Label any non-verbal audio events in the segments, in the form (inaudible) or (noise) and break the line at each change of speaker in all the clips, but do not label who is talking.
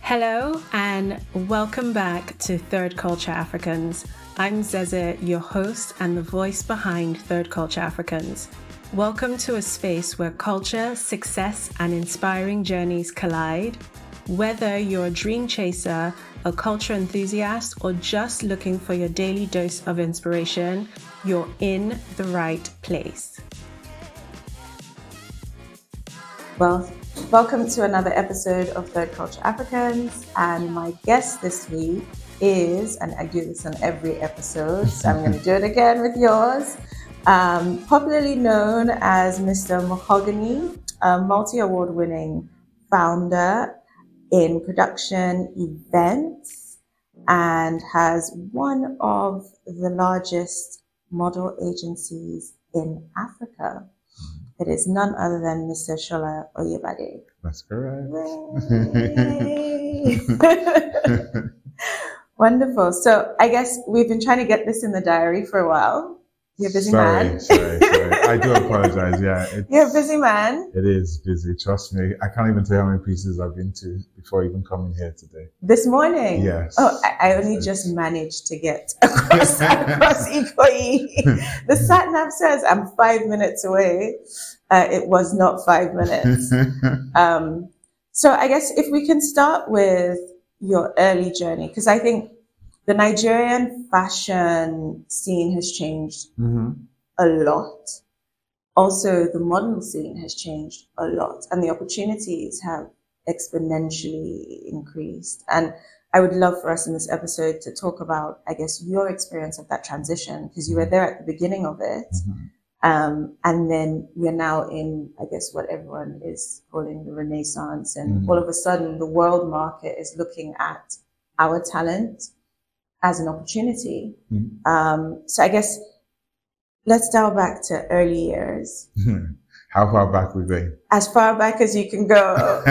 Hello and welcome back to Third Culture Africans. I'm Zeze, your host and the voice behind Third Culture Africans. Welcome to a space where culture, success, and inspiring journeys collide. Whether you're a dream chaser, a culture enthusiast, or just looking for your daily dose of inspiration, you're in the right place.
Well, welcome to another episode of Third Culture Africans. And my guest this week is, and I do this on every episode, so I'm going to do it again with yours, um, popularly known as Mr. Mahogany, a multi award winning founder in production events and has one of the largest model agencies in Africa. It is none other than Mr. Shola Oyebade.
That's correct.
Yay. (laughs) Wonderful. So I guess we've been trying to get this in the diary for a while. You're a busy
sorry,
man.
sorry, sorry.
(laughs)
I do apologize. Yeah, it's,
You're a busy man.
it is busy. Trust me. I can't even tell how many pieces I've been to before even coming here today.
This morning.
Yes.
Oh, I, I only just managed to get (laughs) across,
(laughs)
across Ikoyi. The sat nav says I'm five minutes away. Uh, it was not five
(laughs)
minutes. Um, so I guess if we can start with your early journey, because I think the Nigerian fashion scene has changed
hmm
a lot. Also, the model scene has changed a lot, and the opportunities have exponentially increased. And I would love for us in this episode to talk about, I guess, your experience of that transition, because you were there at the beginning of it. Um, and then we're now in, I guess, what everyone is calling the renaissance. And
Mhm.
all of a sudden, the world market is looking at our talent as an opportunity.
Mhm.
Um, so I guess let's dial back to early years,
how far back we going?
as far back as you can
(laughs)
go.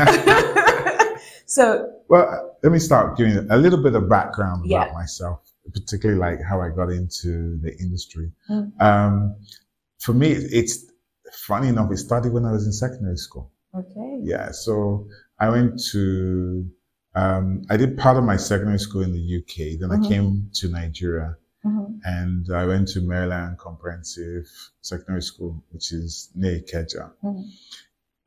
so,
Well, let me start giving a little bit of background
Yeah.
about myself, particularly like how I got into the industry.
Mm.
Um, for me, it's funny enough. It started when I was in secondary school.
okay.
Yeah, so I went to, um, I did part of my secondary school in the UK. Then
Mhm.
I came to Nigeria
Mhm.
and I went to Maryland Comprehensive Secondary School, which is near Ikeja.
Mhm.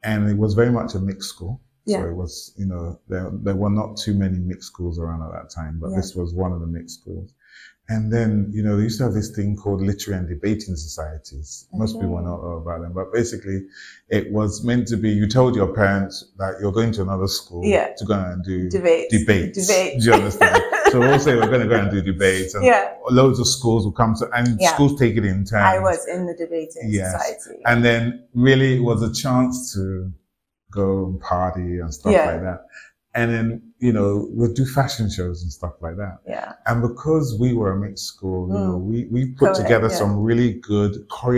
And it was very much a mixed school.
Yeah.
So it was, you know, there, there were not too many mixed schools around at that time, but
Yeah.
this was one of the mixed schools. And then, you know, they used to have this thing called literary and debating societies. Most
Okay.
people not know about them, but basically it was meant to be, you told your parents that you're going to another school
Yeah.
to go and do
Debate.
debates.
Debate.
Do you
(laughs)
understand? so we'll say we're going to go and do debates and
Yeah,
loads of schools will come to, and
Yeah.
schools take it in turn.
I was in the debating
Yes.
society.
And then really it was a chance to go and party and stuff
Yeah.
like that. And then, you know, we'll do fashion shows and stuff like that.
yeah.
And because we were a mixed school, you know,
Mm.
we, we put
Correct,
together
yeah.
some really good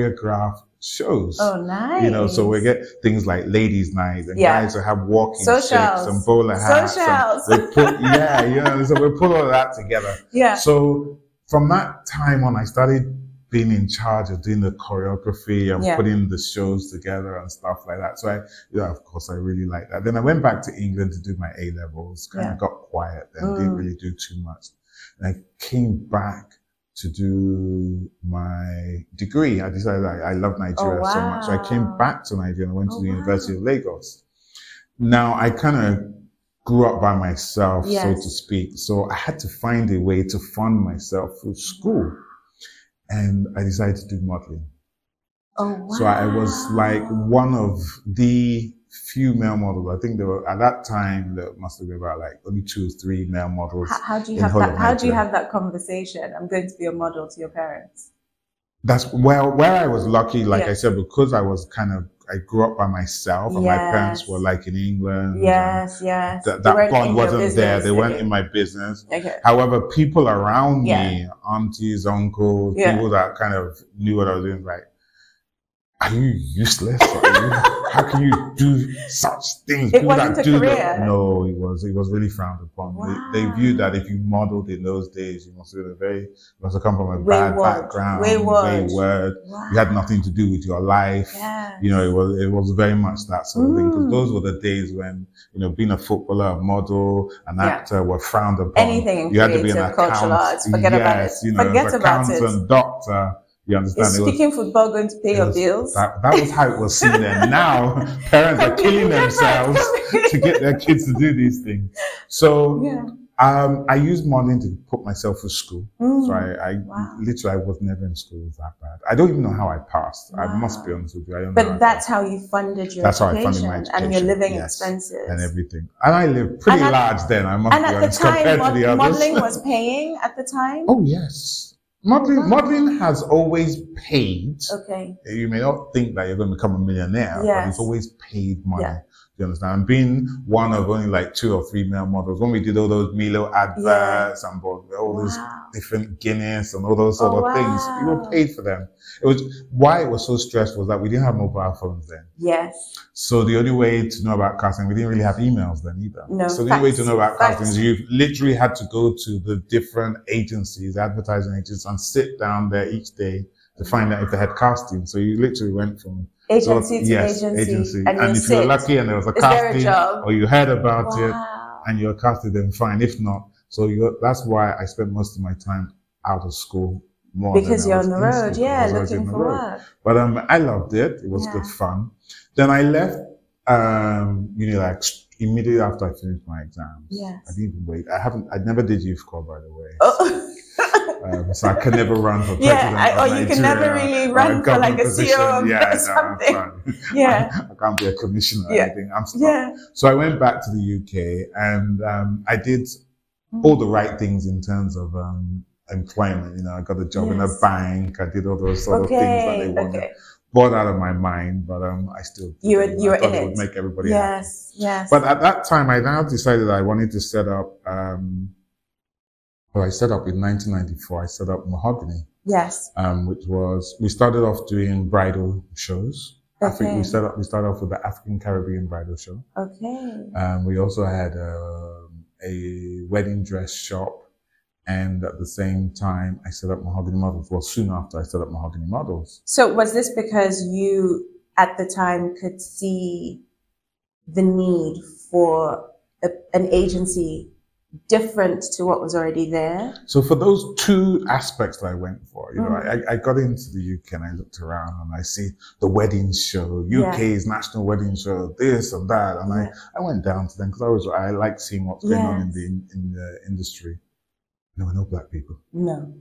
choreographed shows.
Oh, nice.
You know, so we get things like ladies' night and
Yeah.
guys will have walking
Socials.
sticks and bowler hats. and
socials.
they
(laughs)
put, yeah, you know, so we put all that together.
yeah.
So from that time on, I started being in charge of doing the choreography and
Yeah.
putting the shows together and stuff like that. So I, yeah, of course, I really liked that. Then I went back to England to do my A levels, kind
Yeah.
of got quiet then, didn't
Mm.
really do too much. And I came back to do my degree. I decided I, I love Nigeria so much. So I
Oh, wow.
came back to Nigeria and went
Oh,
to the
wow.
University of Lagos. Now I kind of grew up by myself, so
Yes.
to speak. So I had to find a way to fund myself through school. And I decided to do modeling.
Oh, wow.
So I was like one of the few male models. I think there were, at that time, there must have been about like only two or three male models.
How, how do you
in
have
whole
that?
of
How do you
Nigeria.
have that conversation? I'm going to be a model to your parents.
That's well, where I was lucky, like
Yeah.
I said, because I was kind of, I grew up by myself and my parents
Yes.
were like in England. and
Yes, yes.
Mm-hmm. That,
They
that
weren't in
bond
your
wasn't there.
business.
They weren't
Okay.
in my business.
Okay.
(laughs) However, people around
Yeah.
me, aunties, uncles,
Yeah.
people that kind of knew what I was doing, like, are you useless? Are you, how can you do such things?
It wasn't a
do
career.
No, it was it was really frowned upon. They, they viewed
Wow.
that if you modeled in those days, you must have been a very you must have come from a
Wayward.
bad background,
Wayward.
wayward. You had nothing to do with your life.
Yeah.
You know, it was it was very much that sort of
Mm.
thing because those were the days when you know being a footballer, a model, an
Yeah.
actor were frowned upon.
Anything in
you had to be an
creative, cultural arts. Forget about it.
yes, You know,
Forget about it.
accountant, doctor. You understand?
Is
It was-
speaking football going to pay
it
your
was-
bills? (laughs)
that, that was how it was seen then. Now parents are
Completely
killing
different. (laughs)
themselves to get their kids to do these things. So
yeah.
um, I used modeling to put myself through school.
Mm.
So I, I
Wow.
literally I was never in school that bad. I don't even know how I passed. I must be
Wow.
honest with you. I don't know how I
But that's
passed
how you funded your
That's how I
education,
funded my
and your
education,
living
yes.
expenses.
and everything. And I lived pretty
And at-
large then. I must
And
be
at the
honest compared
time,
to the
mod-
others. (laughs)
modeling was paying at the time.
oh yes, modeling
Wow.
modeling has always paid.
Okay.
you may not think that you're going to become a millionaire, but
Yes.
it's always paid money.
Yeah.
Do you understand? And being one of only like two or three male models, when we did all those Milo adverts and all those
Wow.
different Guinness and all those sort
Oh,
of things, we
wow.
were paid for them. It was why it was so stressful was that we didn't have mobile phones then.
Yes.
So the only way to know about casting, we didn't really have emails then either.
No,
so the only way to
fax.
know about
Fax.
casting is you've literally had to go to the different agencies, advertising agents, and sit down there each day to find out if they had casting. So you literally went from
Agency
so-
to
yes,
agency,
And,
and, you
if you were
sit.
lucky and there was a
Is there a
casting
job?
or you heard about it
wow.
and you're casted, then fine. If not, so you're, that's why I spent most of my time out of school. More than
because
I
you're
was
on the
in
road,
school,
yeah,
because I was
looking
in the
for
road.
work.
But um, I loved it. It was
Yeah.
good fun. Then I left um, Unilag immediately after I finished my exams. I
(laughs) Yes.
didn't even wait. I haven't. I never did youth corps, by the way.
Oh.
Um, so I can never run for president.
(laughs) yeah, I,
of
or you can never
Nigeria
really
or
run for like
government
a (laughs) CEO or
position. yeah,
something.
No, I'm fine. (laughs)
yeah,
I can't be a commissioner. Or
Yeah.
anything. I'm stuck.
yeah.
So I went back to the UK and um, I did all the right things in terms of um, employment. You know, I got a job in a
Yes.
bank. I did all those sort of things that they
Okay,
wanted
okay.
bored out of my mind, but um, I still
You were-
I
you were
thought
in it.
would make everybody happy.
Yes, yes.
But at that time, I now decided I wanted to set up. Um, well, I set up in 1994. I set up Mahogany,
yes.
um, which was we started off doing bridal shows. I think
Okay.
we set up. We started off with the African Caribbean bridal show.
Okay.
Um, we also had um, a wedding dress shop. And at the same time, I set up Mahogany Models. Well, soon after, I set up Mahogany Models.
So was this because you at the time could see the need for a, an agency different to what was already there?
So for those two aspects that I went for, you know,
Mm.
I, I got into the UK and I looked around and I see the wedding show,
Yeah.
UK's national wedding show, this and that, and
Yeah.
I, I went down to them because I was I like seeing what's going on in
Yes.
the in the industry. There were no black people,
No,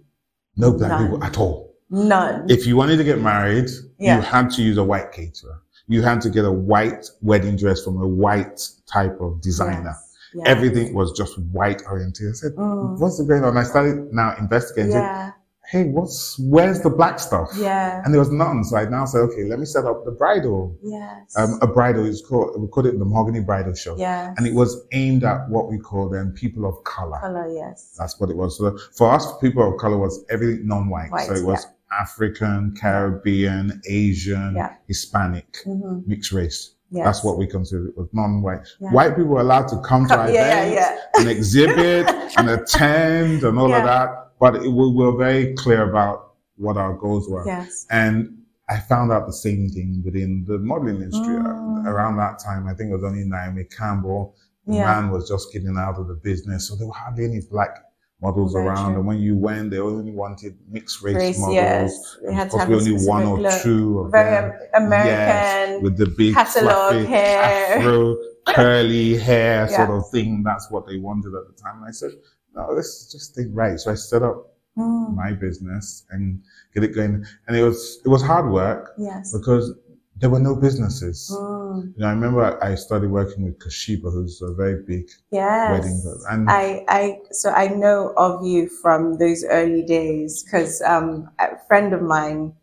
no black
None.
people at all.
none.
If you wanted to get married,
Yeah.
you had to use a white caterer. You had to get a white wedding dress from a white type of designer.
Yes, yes.
Everything was just white oriented. I said,
Mm,
what's going on? I started now investigating. said,
yeah,
hey, what's where's the black stuff?
yeah,
And there was none. So I now said, okay, let me set up the bridal.
yes,
Um, a bridal is called we called it the Mahogany Bridal Show,
yeah.
and it was aimed at what we call then people of color.
Color, yes,
That's what it was. So for us, people of color was everything non-white.
White,
so it was African, Caribbean, Asian,
Yeah.
Hispanic,
mm-hmm.
mixed race.
yes.
That's what we considered. It was non-white.
Yeah.
White people were allowed to come to
Co- (laughs)
our
yeah,
events,
yeah,
an exhibit
(laughs)
and attend and all
Yeah.
of that. But it, we were very clear about what our goals were.
yeah, yes,
And I found out the same thing within the modeling industry.
Mm.
Around that time, I think it was only Naomi Campbell. The
yeah.
man was just getting out of the business. So there were hardly any black models
Very
around.
true.
And when you went, they only wanted mixed race,
Race,
models.
yes. They had
Of
to have
course, we
a
only one
specific
or
look.
two of
Very
them.
Am- American.
with the big
catalog
fluffy
hair. (laughs)
afro curly hair
Yeah.
sort of thing. That's what they wanted at the time. And I said, no, let's just think right. So I set up
Mm,
my business and get it going. And it was it was hard work
yes.
because there were no businesses.
Mm,
You know, I remember I started working with Kashiba, who's a very big
yes.
wedding girl. And
I, I, so I know of you from those early days because um, a friend of mine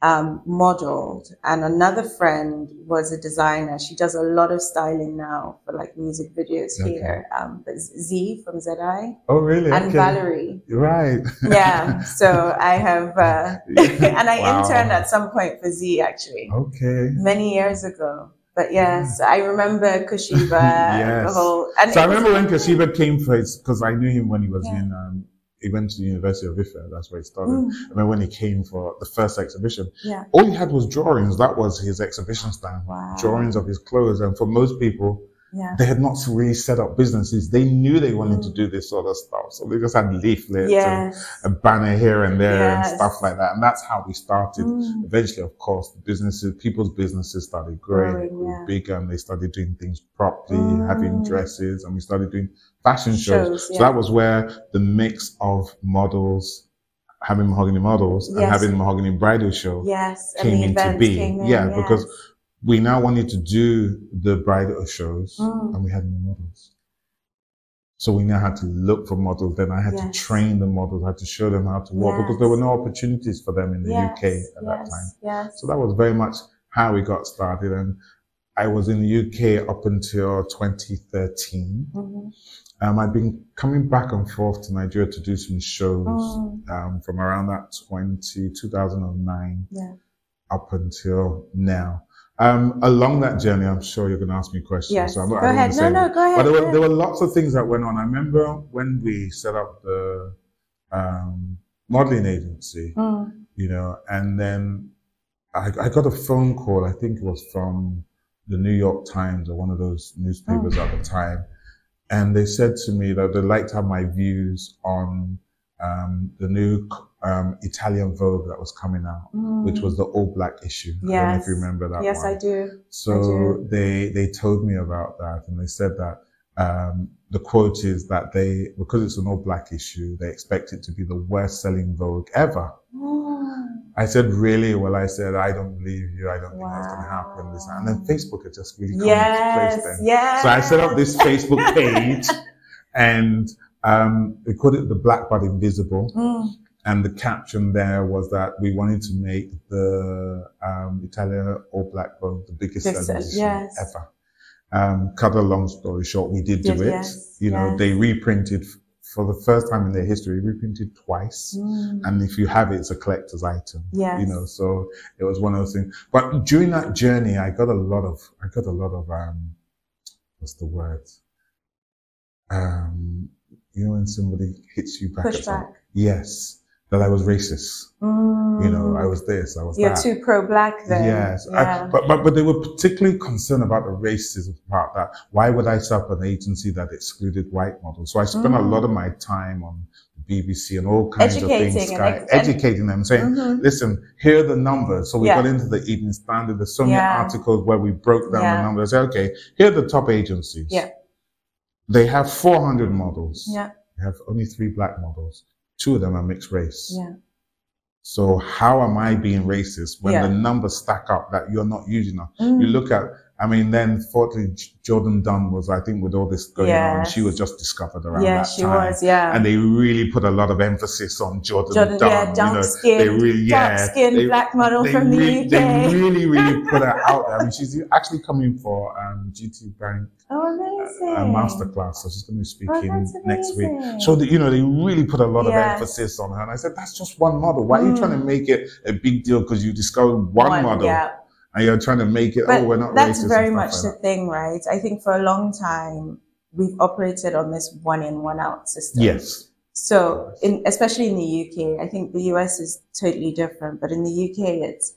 um, modeled, and another friend was a designer. She does a lot of styling now for like music videos
Okay.
here. Um, but Z from ZI
Oh, really?
and
Okay.
Valerie.
Right.
Yeah, so I have, uh, (laughs) and I
(laughs) Wow.
interned at some point for Z actually
Okay.
many years ago. But yes, I remember Kushiba, the
(laughs) Yes.
whole. And
So I
it was-
remember when Kashiba came first because I knew him when he was
Yeah.
in. Um, he went to the University of Ife. That's where he started.
Mm,
I remember when he came for the first exhibition.
Yeah.
All he had was drawings. That was his exhibition stand.
wow.
Drawings of his clothes, and for most people,
Yeah.
they had not really set up businesses. They knew they wanted to do this sort of stuff, so they just had leaflets and
Yes.
a banner here and there
Yes.
and stuff like that. And that's how we started.
Mm.
Eventually, of course, the businesses, people's businesses started growing,
Growing,
it grew
yeah.
bigger, and they started doing things properly,
Mm.
having dresses, and we started doing fashion shows.
Shows,
So
yeah.
that was where the mix of models, having mahogany models, and
Yes.
having mahogany bridal show.
Yes, and
came
the
into
events
being.
came in,
yeah, because
yes.
we now wanted to do the bridal shows
Mm.
and we had no models. So we now had to look for models. Then I had
Yes.
to train the models, I had to show them how to walk because there were no opportunities for them in the
yes,
UK at that
yes,
time.
Yes.
So that was very much how we got started. And I was in the UK up until 2013.
Mhm.
Um, I'd been coming back and forth to Nigeria to do some shows
Mm,
um, from around that 20, 2009
Yeah.
up until now. Um, along that journey, I'm sure you're going to ask me questions.
Yes.
So I'm
Go
not, I don't wanna
ahead.
say
No, no, go
But
ahead.
there
go
were, there were lots of things that went on. I remember when we set up the um, modeling agency,
ahead. Mm,
you know, and then I, I got a phone call, I think it was from the New York Times or one of those newspapers
Oh.
at the time. And they said to me that they liked how my views on um, the new um, Italian Vogue that was coming out
mm.
which was the all black issue. I don't know if
Yes.
you remember that
Yes,
one.
I do.
So they they told me about that, and they said that um, the quote is that they because it's an all black issue, they expect it to be the worst selling Vogue ever.
Mm,
I said, really? Well, I said, I don't believe you. I don't think that's going to happen. This and then
Wow.
Facebook had just really come into
Yes.
place then.
Yes.
So I set up this
(laughs)
Facebook page, and um, they called it the Black but Invisible
Mm,
and the caption there was that we wanted to make the um, Italia All Black Vogue the biggest
Biggest sell-
celebration
yes.
ever. Um, cut a long story short, we did do
Yes,
it.
yes,
you know,
yes.
they reprinted f- for the first time in their history, reprinted twice.
mm.
And if you have it, it's a collector's item.
Yes.
You know, so it was one of those things. But during that journey, I got a lot of, I got a lot of, um, what's the word? Um, you know, when somebody hits you back. at something?
Pushback.
Yes, that I was racist.
Mm.
You know, I was this, I was
You're
that.
too pro black then.
Yes, I-
Yeah.
but, but but they were particularly concerned about the racism part. That why would I set up an agency that excluded white models? So I spent a
Mm.
lot of my time on the BBC and all kinds of
Educating
things,
and
Sky-
ex- and-
educating them, saying,
Mhm.
"Listen, here are the numbers." So we
Yeah.
got into the Evening Standard. There's so many
Yeah.
articles where we broke down
Yeah.
the numbers. Okay, here are the top agencies.
Yeah.
They have 400 models.
Yeah.
They have only three black models. Two of them are mixed race.
Yeah.
So how am I being racist when the
Yeah.
numbers stack up that you're not using them?
Mm.
You look at, I mean, then fortunately J- Jordan Dunn was, I think, with all this going on,
Yes.
she was just discovered around
yeah,
that
she
time.
was. Yeah.
And they really put a lot of emphasis on Jordan,
Jordan,
Dunn.
yeah,
you
dark
know,
skin,
they really, yeah,
dark skin
they-
black model
they
from
really-
the UK.
They really, really put her out there.
(laughs)
I mean, she's actually coming for um, GT Bank
oh, amazing.
a masterclass. So she's going to be
Oh,
speaking
that's
next week.
amazing.
So, that you know, they really put a lot of
Yes.
emphasis on her. And I said, that's just one model. Why are you
Mm.
trying to make it a big deal? Because you discovered one, model
Yeah.
and you're trying to make it,
But
oh, we're not
that's
racist. and
very
stuff
much
like
the
that.
thing, right? I think for a long time we've operated on this one in one out system.
Yes.
So, in, especially in the UK, I think the US is totally different, but in the UK, it's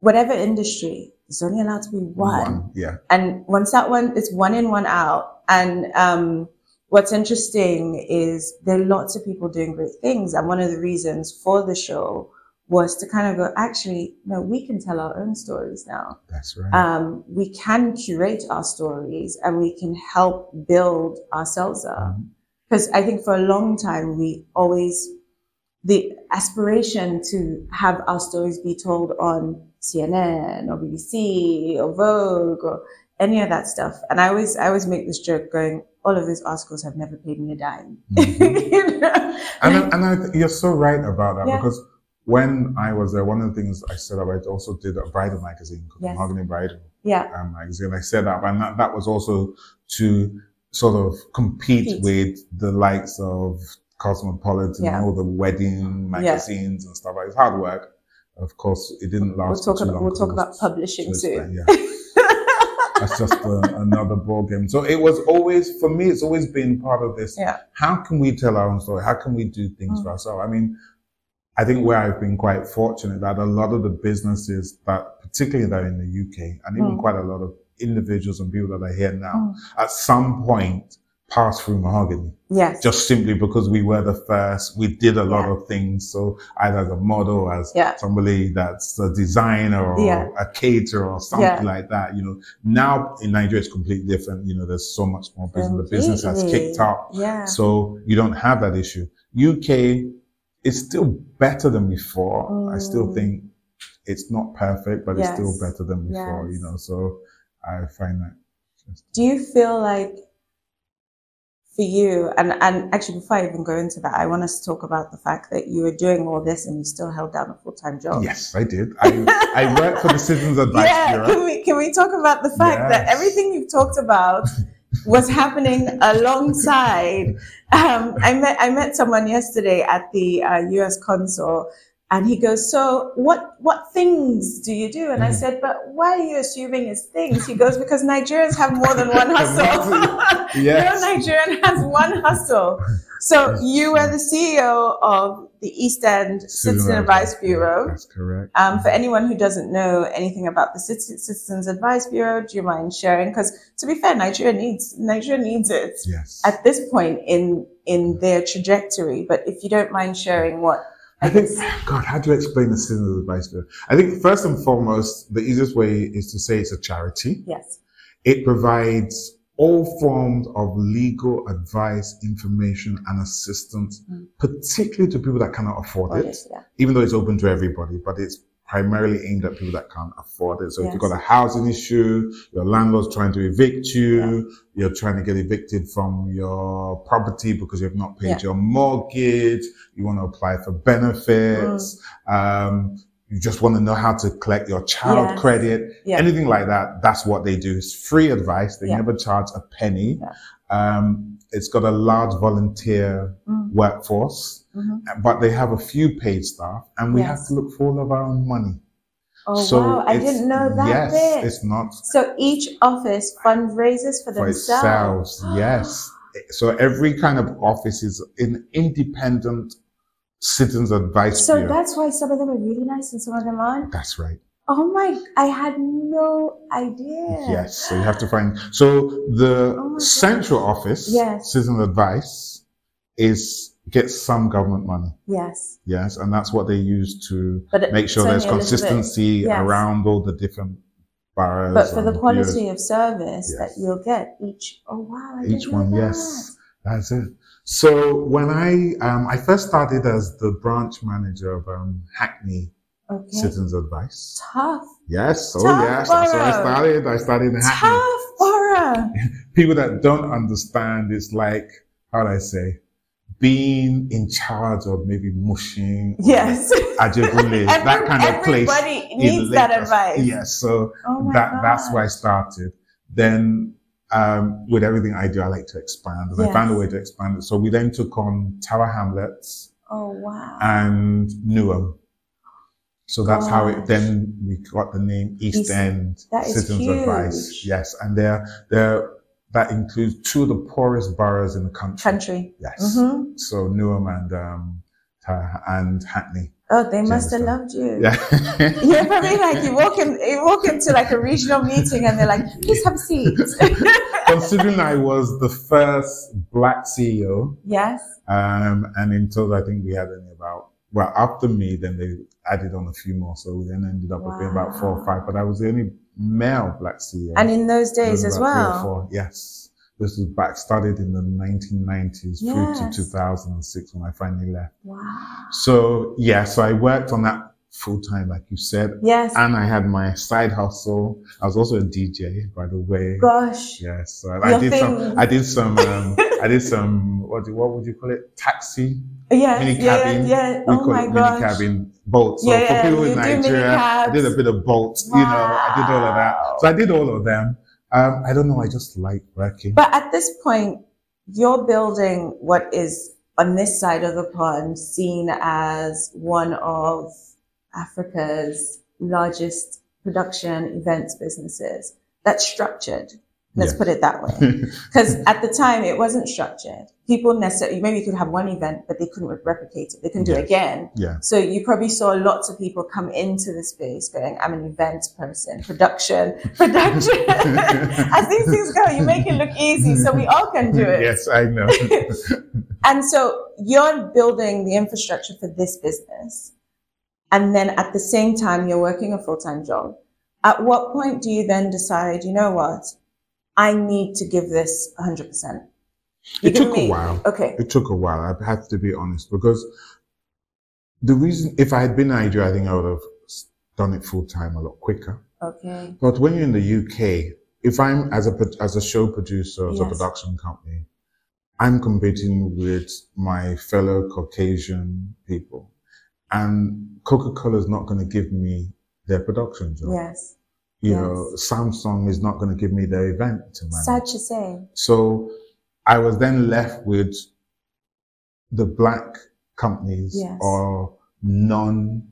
whatever industry is only allowed to be one.
Yeah.
And once that one, it's one in, one out. And um, what's interesting is there are lots of people doing great things. And one of the reasons for the show was to kind of go, actually, no, we can tell our own stories now
That's right.
um, we can curate our stories and we can help build ourselves up.
Mhm.
Because I think for a long time, we always, the aspiration to have our stories be told on CNN or BBC or Vogue or any of that stuff. And I always, I always make this joke going, all of these articles have never paid me a dime.
Mhm.
(laughs) You know? (laughs)
and I, and I, you're so right about that
Yeah.
because when I was there, one of the things I set up, I also did a bridal magazine called
Yes.
Mahogany Bridal
Yeah.
um, magazine. I set up, and that, that was also to sort of compete
Compete.
with the likes of Cosmopolitan
Yeah.
and all the wedding magazines and stuff. like It's hard work. Of course, it didn't last.
We'll talk
for too
about
long
we'll talk
'cause
about
it's-
publishing
it's-
soon.
Yeah. (laughs) That's just uh another ball game. So it was always for me. It's always been part of this.
Yeah. Mm.
How can we tell our own story? How can we do things for ourselves? I mean, I think where I've been quite fortunate that a lot of the businesses that, particularly that are in the UK, and even
Mm.
quite a lot of individuals and people that are here now,
Mm.
at some point passed through mahogany
Yes.
just simply because we were the first. We did a lot
Yeah.
of things. So either as a model, as
Yeah.
somebody that's a designer or
Yeah.
a caterer or something
Yeah.
like that. You know, now in Nigeria it's completely different. You know, there's so much more business. The business has
Completely.
kicked up.
Yeah.
So you don't have that issue. UK is still better than before. I still
Mm.
think it's not perfect, but it's still
Yes.
better than before, you
Yes.
know, so I find that.
do you feel like for you and and actually before i even go into that i want us to talk about the fact that you were doing all this and you still held down a full-time job
Yes, I did. I, I worked for
(laughs)
the Citizens Advice
Oh. yeah
Bureau.
can we can we talk about the fact that
Yes.
everything you've talked about was happening alongside um, i met i met someone yesterday at the uh, us consul and he goes so what what things do you do and i
Mm.
said but why are you assuming it's things he goes because nigerians have more than one (laughs) hustle
Yes.
No Nigerian has one hustle. So you were the CEO of the East End Citizen Advice Bureau.
That's correct.
Um, for anyone who doesn't know anything about the Citi- Citizens Advice Bureau, do you mind sharing? Because to be fair, Nigeria needs Nigeria needs it
yes.
at this point in in their trajectory. But if you don't mind sharing, what
I think, God, how do you explain the Citizens Advice Bureau? I think first and foremost, the easiest way is to say it's a charity.
(laughs) yes,
It provides all forms of legal advice, information, and assistance,
Mm.
particularly to people that cannot afford it,
Oh, yeah,
even though it's open to everybody, but it's primarily aimed at people that can't afford it. So if you've
Yes.
got a housing issue, your landlord's trying to evict you, you're trying to get evicted from your property because you've not paid
Yeah.
your mortgage, you want to apply for benefits,
Mm.
um, you just want to know how to collect your child
Yes.
credit,
yeah,
anything like that, that's what they do. It's free advice. They
Yeah.
never charge a penny.
Yeah.
Um, it's got a large volunteer
Mm,
workforce,
mhm.
but they have a few paid staff, and we have
Yes.
to look for all of our own money.
Oh wow, I
it's-
didn't know that
Yes,
bit.
it's not
So each office fundraises for
for
themselves.
itself. (gasps) Yes. So every kind of office is an independent citizens advice
So
bureau.
that's why some of them are really nice and some of them aren't.
that's right.
Oh my! I had no idea.
Yes, so you have to find. So the
Oh my God.
central office,
Yes.
citizen advice, is gets some government money.
Yes.
Yes, and that's what they use to
But it-
make sure
it's
there's
only a little bit.
consistency
Yes.
around all the different boroughs.
But for
and
the quality
years.
of service
Yes.
that you'll get each. Oh wow! I
each
didn't know
one,
that.
yes, that's it. So when I um, I first started as the branch manager of um, Hackney
Okay.
Citizens Advice.
Tough,
Yes, oh
Tough
yes, that's where I
borough.
started. I started in Hackney.
tough
(laughs)
borough.
people that don't understand it's like how do I say being in charge of maybe mushing or
Yes. (laughs)
Ajebule, that kind of place.
Everybody
in
needs that
Lagos.
advice.
Yes, so
Oh my
that that's
God.
where I started. Then um, with everything I do, I like to expand, and I
Yes.
found a way to expand it. So we then took on Tower Hamlets
Oh wow.
and Newham. So that's how
Gosh.
it then we got the name East,
East-
End
that is
Citizens Advice.
huge.
Yes, and they're, they're, that includes two of the poorest boroughs in the country.
Country.
Yes.
hmm
So Newham and um, Ta- and
(laughs)
Hackney. (laughs)
Oh, they must have
Jennifer.
loved you.
Yeah.
(laughs) Yeah, for me, like you walk in, you walk into like a regional meeting, and they're like, "Please have a
(laughs)
seat." (laughs)
Considering I was the first black E CEO,
yes.
um, and in total, I think we had only about well after me, then they added on a few more, so we then ended up with being about four or five. But I was the only male black CEO.
And in those
There
days
was
as
about three or
well.
four, Yes. This was back, started in the 1990s through to
Yes.
2006 when I finally left.
Wow.
So, yeah, so I worked on that full time, like you said.
Yes.
And I had my side hustle. I was also a DJ, by the way.
Gosh.
Yes, so
Your
I did
thing.
some. I did some.
(laughs)
Um, I did some. What do, what would you call it? Taxi.
Yes. yeah,
Mini cabin.
Yeah. yeah.
We
oh
call
my
it
gosh.
mini cabin boat. So
Yeah,
for people
you
in
do mini
Nigeria, I did
cabs.
a bit of boat. You know, I did all of
Wow.
that. So I did all of them. Um, I don't know. I just like working.
But at this point, you're building what is on this side of the pond seen as one of Africa's largest production events businesses that's structured. Let's
Yes.
put it that way. Because at the time, it wasn't structured. People necessarily, maybe you could have one event, but they couldn't re- replicate it. They couldn't do it
Yes.
again.
(laughs) yeah.
So you probably saw lots of people come into the space going, I'm an event person, production, (laughs)
(laughs)
production. As these things go, you make it look easy so we all can do it.
Yes, I
(laughs)
know.
And so you're building the infrastructure for this business. And then at the same time, you're working a full time job. At what point do you then decide, you know what? I need to give this 100%. You
it
give
took
me-
a while.
Okay.
It took a while. I have to be honest because the reason, if I had been in Nigeria, I think I would have s- done it full time a lot quicker.
Okay.
But when you're in the UK, if I'm as a pro- as a show producer, as a
Yes.
production company, I'm competing with my fellow Caucasian people, and Coca-Cola is not going to give me their production job.
Yes.
You
yes.
know, Samsung is not going to give me their event to manage.
Sad to say.
So I was then left with the black companies
Yes.
or non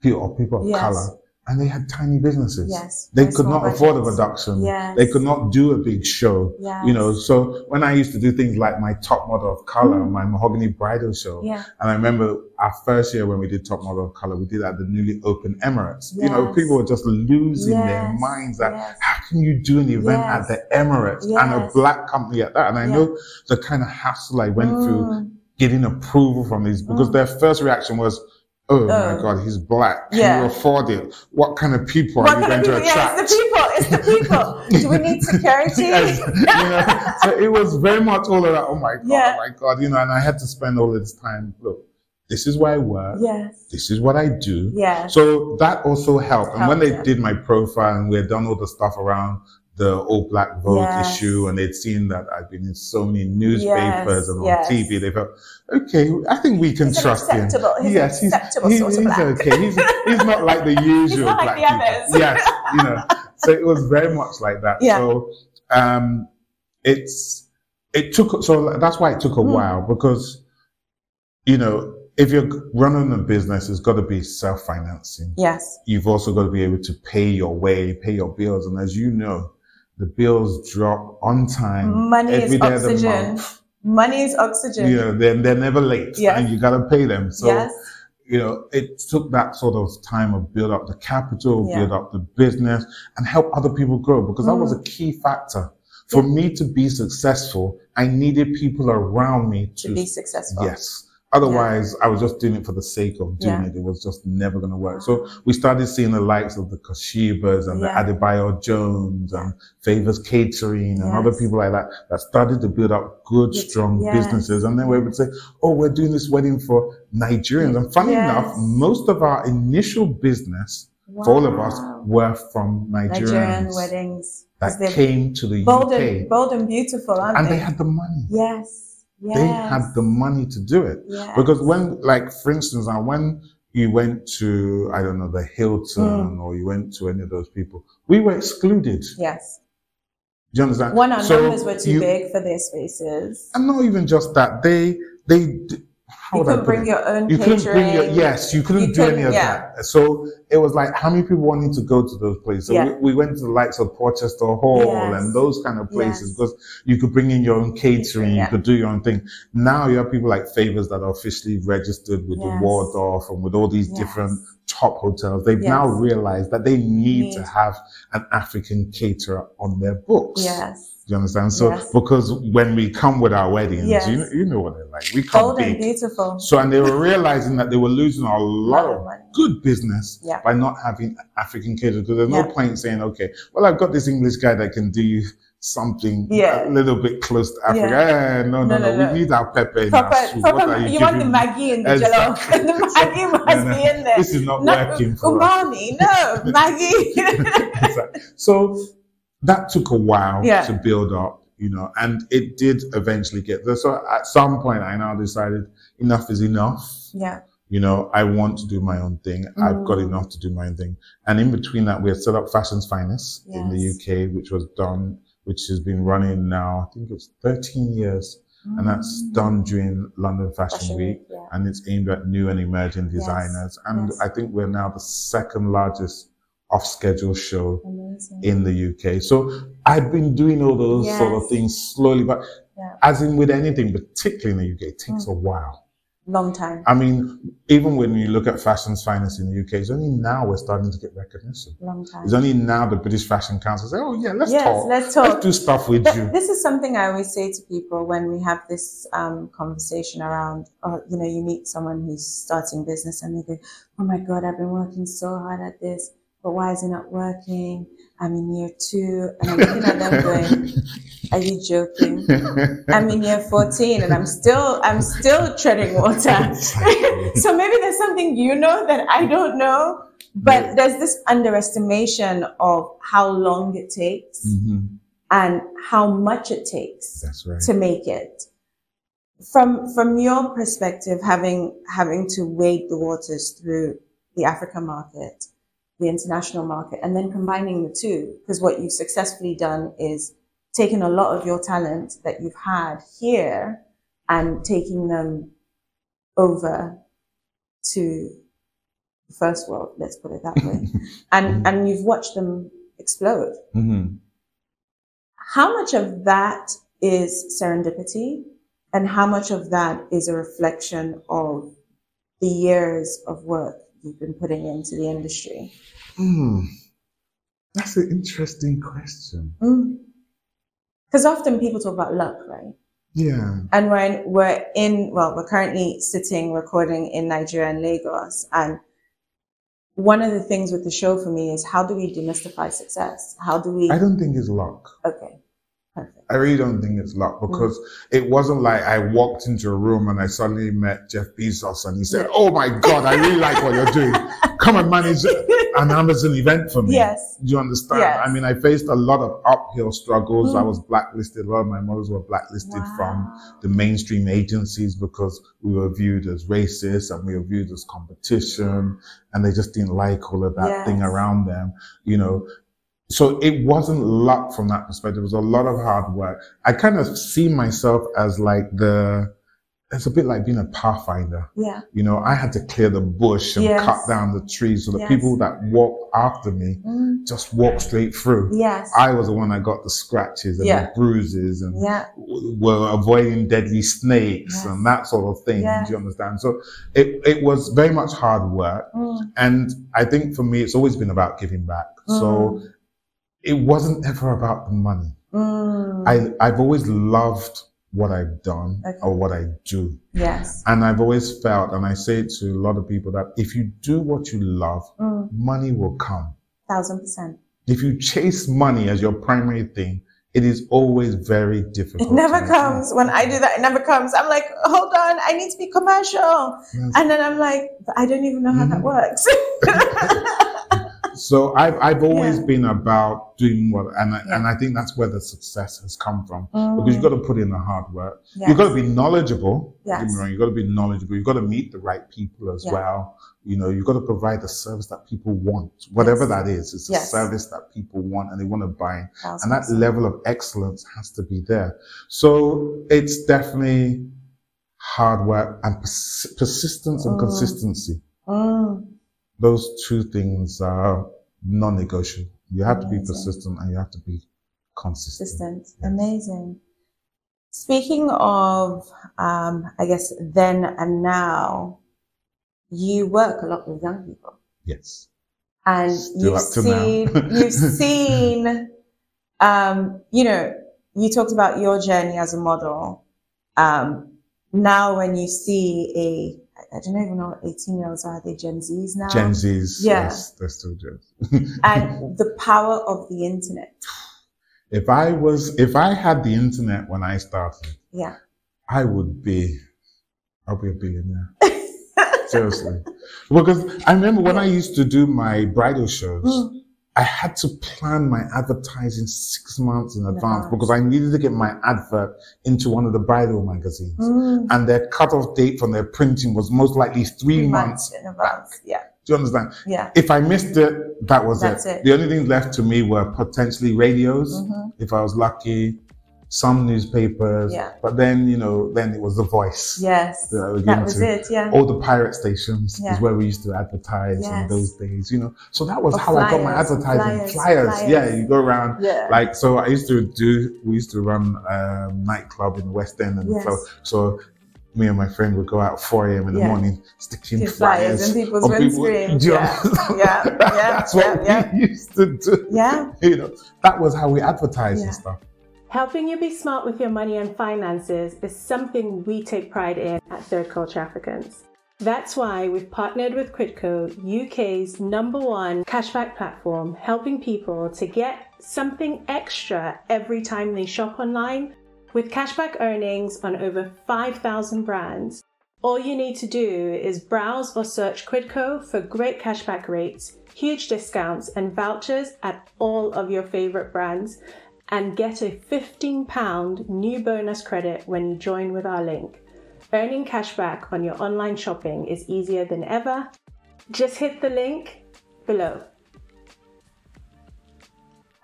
people or people of
Yes.
color, and they had tiny businesses.
Yes.
They
very
could
small
not afford a
budgets.
production.
Yes.
They could not do a big show.
Yes. Mm.
You know, so when I used to do things like my top model of color, my mahogany bridal show,
Yeah.
and I remember our first year when we did top model of color, we did at the newly opened Emirates. You know,
Yes.
people were just losing their
Yes.
minds that
Yes.
how can you do an event
Yes.
at the Emirates and a
Yes.
black company at that? And I
Yeah.
know the kind of hassle I went through
Mm,
getting approval from these because
Mm.
their first reaction was, Oh
Oh.
my God, he's black. Can
Yeah.
you afford it? What kind of people
What
are you
kind
going
of
to
people? Yeah,
(laughs) attract?
it's the people. It's
(laughs)
the people. Do we need security?
Yes, you know, so it was very much all of that. Oh my god,
Yeah.
oh my god, you know. And I had to spend all this time. Look, this is where I work.
Yes.
This is what I do.
Yes.
So that also helped. And when
Helped,
they
yeah.
did my profile and we had done all the stuff around the all black vote
Yes.
issue, and they'd seen that I've been in so many newspapers and on
yes.
TV, they felt, okay, I think we can
He's an
trust him.
acceptable- he's an acceptable
he's,
sort of
he's
black.
okay. He's, he's not
(laughs)
like the usual
not like
black
the
people.
others.
Yes, you know. So it was very much like that.
Yeah.
So um, it's it took so that's why it took a
Mm.
while because you know if you're running a business, it's got to be self financing
Yes.
you've also got to be able to pay your way, pay your bills. And as you know, the bills drop on time
Money
every
is
day of the
oxygen.
month.
Money is oxygen.
You know, they're, they're never late
Yes.
and you got to pay them. So,
yes.
you know, it took that sort of time of build up the capital,
Yeah.
build up the business and help other people grow because that
Mm.
was a key factor. For me to be successful, I needed people around me to,
To be successful.
Yes. Otherwise, I was just doing it for the sake of doing
Yeah.
it. It was just never going to work. So we started seeing the likes of the Kashibas and
Yeah.
the Adebayo Jones and Favors Catering and other
Yes.
people like that that started to build up good,
Yes.
strong
Yes.
businesses. And then we were able to say, oh, we're doing this wedding for Nigerians. And funny
Yes.
enough, most of our initial business for all of us
Wow.
were from
Nigerian
Nigerians
weddings. 'Cause
that came to the
bold and,
UK.
bold and beautiful, aren't
and
they?
they had the money.
yes. Yes.
They had the money to do it.
Yes.
Because when, like, for instance, and when you went to, I don't know, the
Mm.
Hilton or you went to any of those people, we were excluded. Do
Yes.
you understand?
One, our
Uh, So
numbers were too
you-
big for their spaces.
And not even just that. They, they, d- how
You
would I
couldn't
put
bring
it?
your own
You
catering.
couldn't bring your, yes, you couldn't
You
do any
couldn't-
of
yeah.
that. So it was like, how many people wanted to go to those places? So
Yeah.
we, we went to the likes of Porchester Hall
Yes.
and those kind of places
Yes.
because you could bring in your own catering,
Yeah.
you could do your own thing. Now you have people like Favors that are officially registered with
Yes.
the Waldorf and with all these
Yes.
different top hotels. They've
Yes.
now realized that they need,
Need.
to have an African caterer on their books.
Yes.
Do you understand? So,
Yes.
because when we come with our weddings,
Yes.
you, know, you know what they're like. We come
Bold and
big.
beautiful.
So, and they were realizing that they were losing a
Lot
lot
of
of
money.
good business
Yeah.
by not having African caterer. Because there's
Yeah.
no point saying, okay, well, I've got this English guy that can do something
Yeah.
a little bit close to Africa. Eh,
No,
no, no, no,
no, no.
We need our pepper in our
Papa,
soup.
Papa,
what are you,
you want the
giving me?
Maggie in the
(laughs) Exactly.
jello. (laughs) the Maggie must
No, no,
be in there.
This is not
No,
working for us.
umami,
(laughs)
no, Maggie.
Exactly. so that took a while
Yeah.
to build up, you know, and it did eventually get there. So at some point, I now decided enough is enough.
yeah.
You know, I want to do my own thing. I've got
Mm.
enough to do my own thing. And in between that, we had set up Fashion's Finest in
Yes.
the UK, which was done, which has been running now, I think it's 13 years. And that's done during London Fashion,
Mm. Fashion
Week.
week, yeah.
And it's aimed at new and emerging
Yes,
designers. And
yes.
I think we're now the second largest off schedule show
Amazing.
in the UK. So I've been doing all those sort
Yes.
of things slowly, but
Yeah.
as in with anything, particularly in the UK, it takes
Mm.
a while.
Long time.
I mean, even when you look at fashion's finance in the UK, it's only now we're starting to get recognition.
Long time.
It's only now the British Fashion Council say, oh yeah, let's
yes,
talk.
let's
Let's
talk.
do stuff with
Th-
you.
This is something I always say to people when we have this um, conversation around, or, you know, you meet someone who's starting business and they go, oh my God, I've been working so hard at this, but why is it not working? I'm in year two. And I'm looking at them going,
(laughs)
are you joking? I'm in year 14 and I'm still, I'm still treading water. (laughs)
Exactly.
so maybe there's something you know that I don't know, but there's this underestimation of how long it takes
Mhm.
and how much it takes
That's right.
to make it. From from your perspective, having having to wade the waters through the African market, the international market, and then combining the two, because what you've successfully done is taking a lot of your talent that you've had here and taking them over to the first world, let's put it that way. and and you've watched them explode
Mhm.
how much of that is serendipity and how much of that is a reflection of the years of work you've been putting into the industry
Hmm. That's an interesting question.
because Hmm. often people talk about luck right
Yeah.
and when we're in well we're currently sitting recording in nigeria and lagos and one of the things with the show for me is how do we demystify success how do we
I don't think it's luck.
okay perfect
I really don't think it's
Mm.
luck because it wasn't like I walked into a room and I suddenly met Jeff Bezos and he said, Oh my God, I really like what you're doing. Come and manage an Amazon event for
(laughs)
me.
yes
Do you understand?
Yes.
I mean, I faced a lot of uphill struggles. I
Mm.
was blacklisted. A lot of my models were blacklisted from
Wow.
the mainstream agencies because we were viewed as racist and we were viewed as competition and they just didn't like all of that
Yes.
thing around them, you know. So it wasn't luck from that perspective. It was a lot of hard work. I kind of see myself as like the, it's a bit like being a pathfinder.
yeah
You know, I had to clear the bush and
Yes.
cut down the trees so the
Yes.
people that walked after me
Mm.
just walked straight through.
yes
I was the one that got the scratches and
Yeah.
the bruises and
yeah
were avoiding deadly snakes
Yes.
and that sort of thing.
Yes.
Do you understand? So it, it was very much hard work.
Mm.
And I think for me, it's always been about giving back. So it wasn't ever about the money.
Mm.
I, I've always loved what I've done
Okay.
or what I do.
yes.
And I've always felt, and I say it to a lot of people that if you do what you love,
Mm.
money will come.
Thousand percent.
If you chase money as your primary thing, it is always very difficult.
It
to
never
make money.
comes. When I do that, it never comes. I'm like, hold on, I need to be commercial.
Yes.
And then I'm like, but I don't even know how that
Mhm. (laughs)
works.
So I've I've always
Yeah.
been about doing what, and I,
Yeah. Mm.
and I think that's where the success has come from because you've got to put in the hard work.
yes.
You've got to be knowledgeable. Don't Get
Yes.
me wrong. You've got to be knowledgeable. You've got to meet the right people as
Yeah.
well. You know, you've got to provide the service that people want, whatever
Yes.
that is. It's
Yes.
a service that people want and they want to buy. in.
Thousand
And that
percent.
level of excellence has to be there. So it's definitely hard work and pers- persistence and
Mm.
consistency
Mm.
those two things are non-negotiable. You have to be
Amazing.
persistent and you have to be consistent.
Consistent.
Yes.
Amazing. Speaking of, um, I guess, then and now, you work a lot with young people.
Yes.
and
Still
you've
up to now.
seen
(laughs)
you've seen um, you know you talked about your journey as a model um, now when you see a I don't even know what 18 year olds are they Gen Zs now
Gen Z's.
Uh, Yeah.
Yes, they're still Gen Z.
and the power of the internet
If I was, if I had the internet when I started, (laughs)
Yeah.
I would be, I'll be a
(laughs)
billionaire. Seriously. Because I remember when I used to do my bridal shows,
Mm.
I had to plan my advertising six months in advance
Wow.
because I needed to get my advert into one of the bridal magazines.
Mm.
And their cutoff date from their printing was most likely three,
Three
months.
months in advance. Yeah.
Do you understand?
Yeah.
If I missed it, that was
That's
it.
it.
The only things left to me were potentially radios,
Mhm.
if I was lucky, some newspapers.
Yeah.
But then, you know, then it was The Voice.
Yes.
Yeah, we're
that
going
was
to-
it. Yeah.
all the pirate stations
Yeah.
is where we used to advertise in
Yes.
those days, you know. So that was
Or
how I got my
flyers,
advertising.
flyers, flyers.
yeah, you go around.
Yeah.
Like so, I used to do. We used to run a nightclub in the West End, and
Yes.
so so me and my friend would go out at 4 a.m. in the
Yeah.
morning, sticking
Your
flyers,
flyers in people's
on people.
windscreens.
Do you
Yeah.
understand?
Yeah. Yeah.
(laughs) That's
Yeah.
what
Yeah.
we used to do.
Yeah.
You know, that was how we advertised
Yeah.
and stuff.
Helping you be smart with your money and finances is something we take pride in at Third Culture Africans. That's why we've partnered with Quidco, UK's number one cashback platform, helping people to get something extra every time they shop online with cashback earnings on over 5,000 brands. All you need to do is browse or search Quidco for great cashback rates, huge discounts, and vouchers at all of your favorite brands, and get a £15 new bonus credit when you join with our link. Earning cashback on your online shopping is easier than ever. Just hit the link below.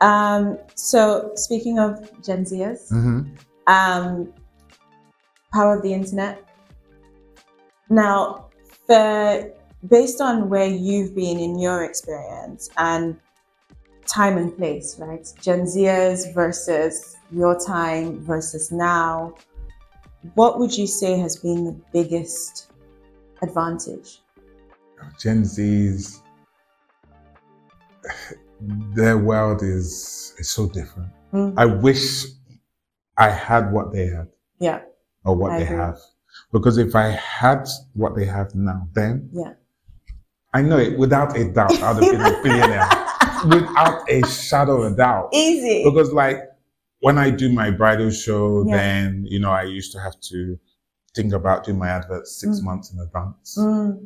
Um, so speaking of Gen Zers,
Mm-hmm.
um, power of the internet. Now, for, based on where you've been in your experience and time and place, right? Gen Zers versus your time versus now, what would you say has been the biggest advantage?
Gen Z's, their world is is so different.
Mm.
I wish I had what they had
Yeah,
or what
I
they
agree.
have, because if I had what they have now, then
Yeah.
I know it without a doubt. I'd have been
(laughs)
a billionaire without a shadow of a doubt.
easy.
Because like when I do my bridal show,
Yeah.
then you know I used to have to think about doing my advert six
Mm.
months in advance
Mm,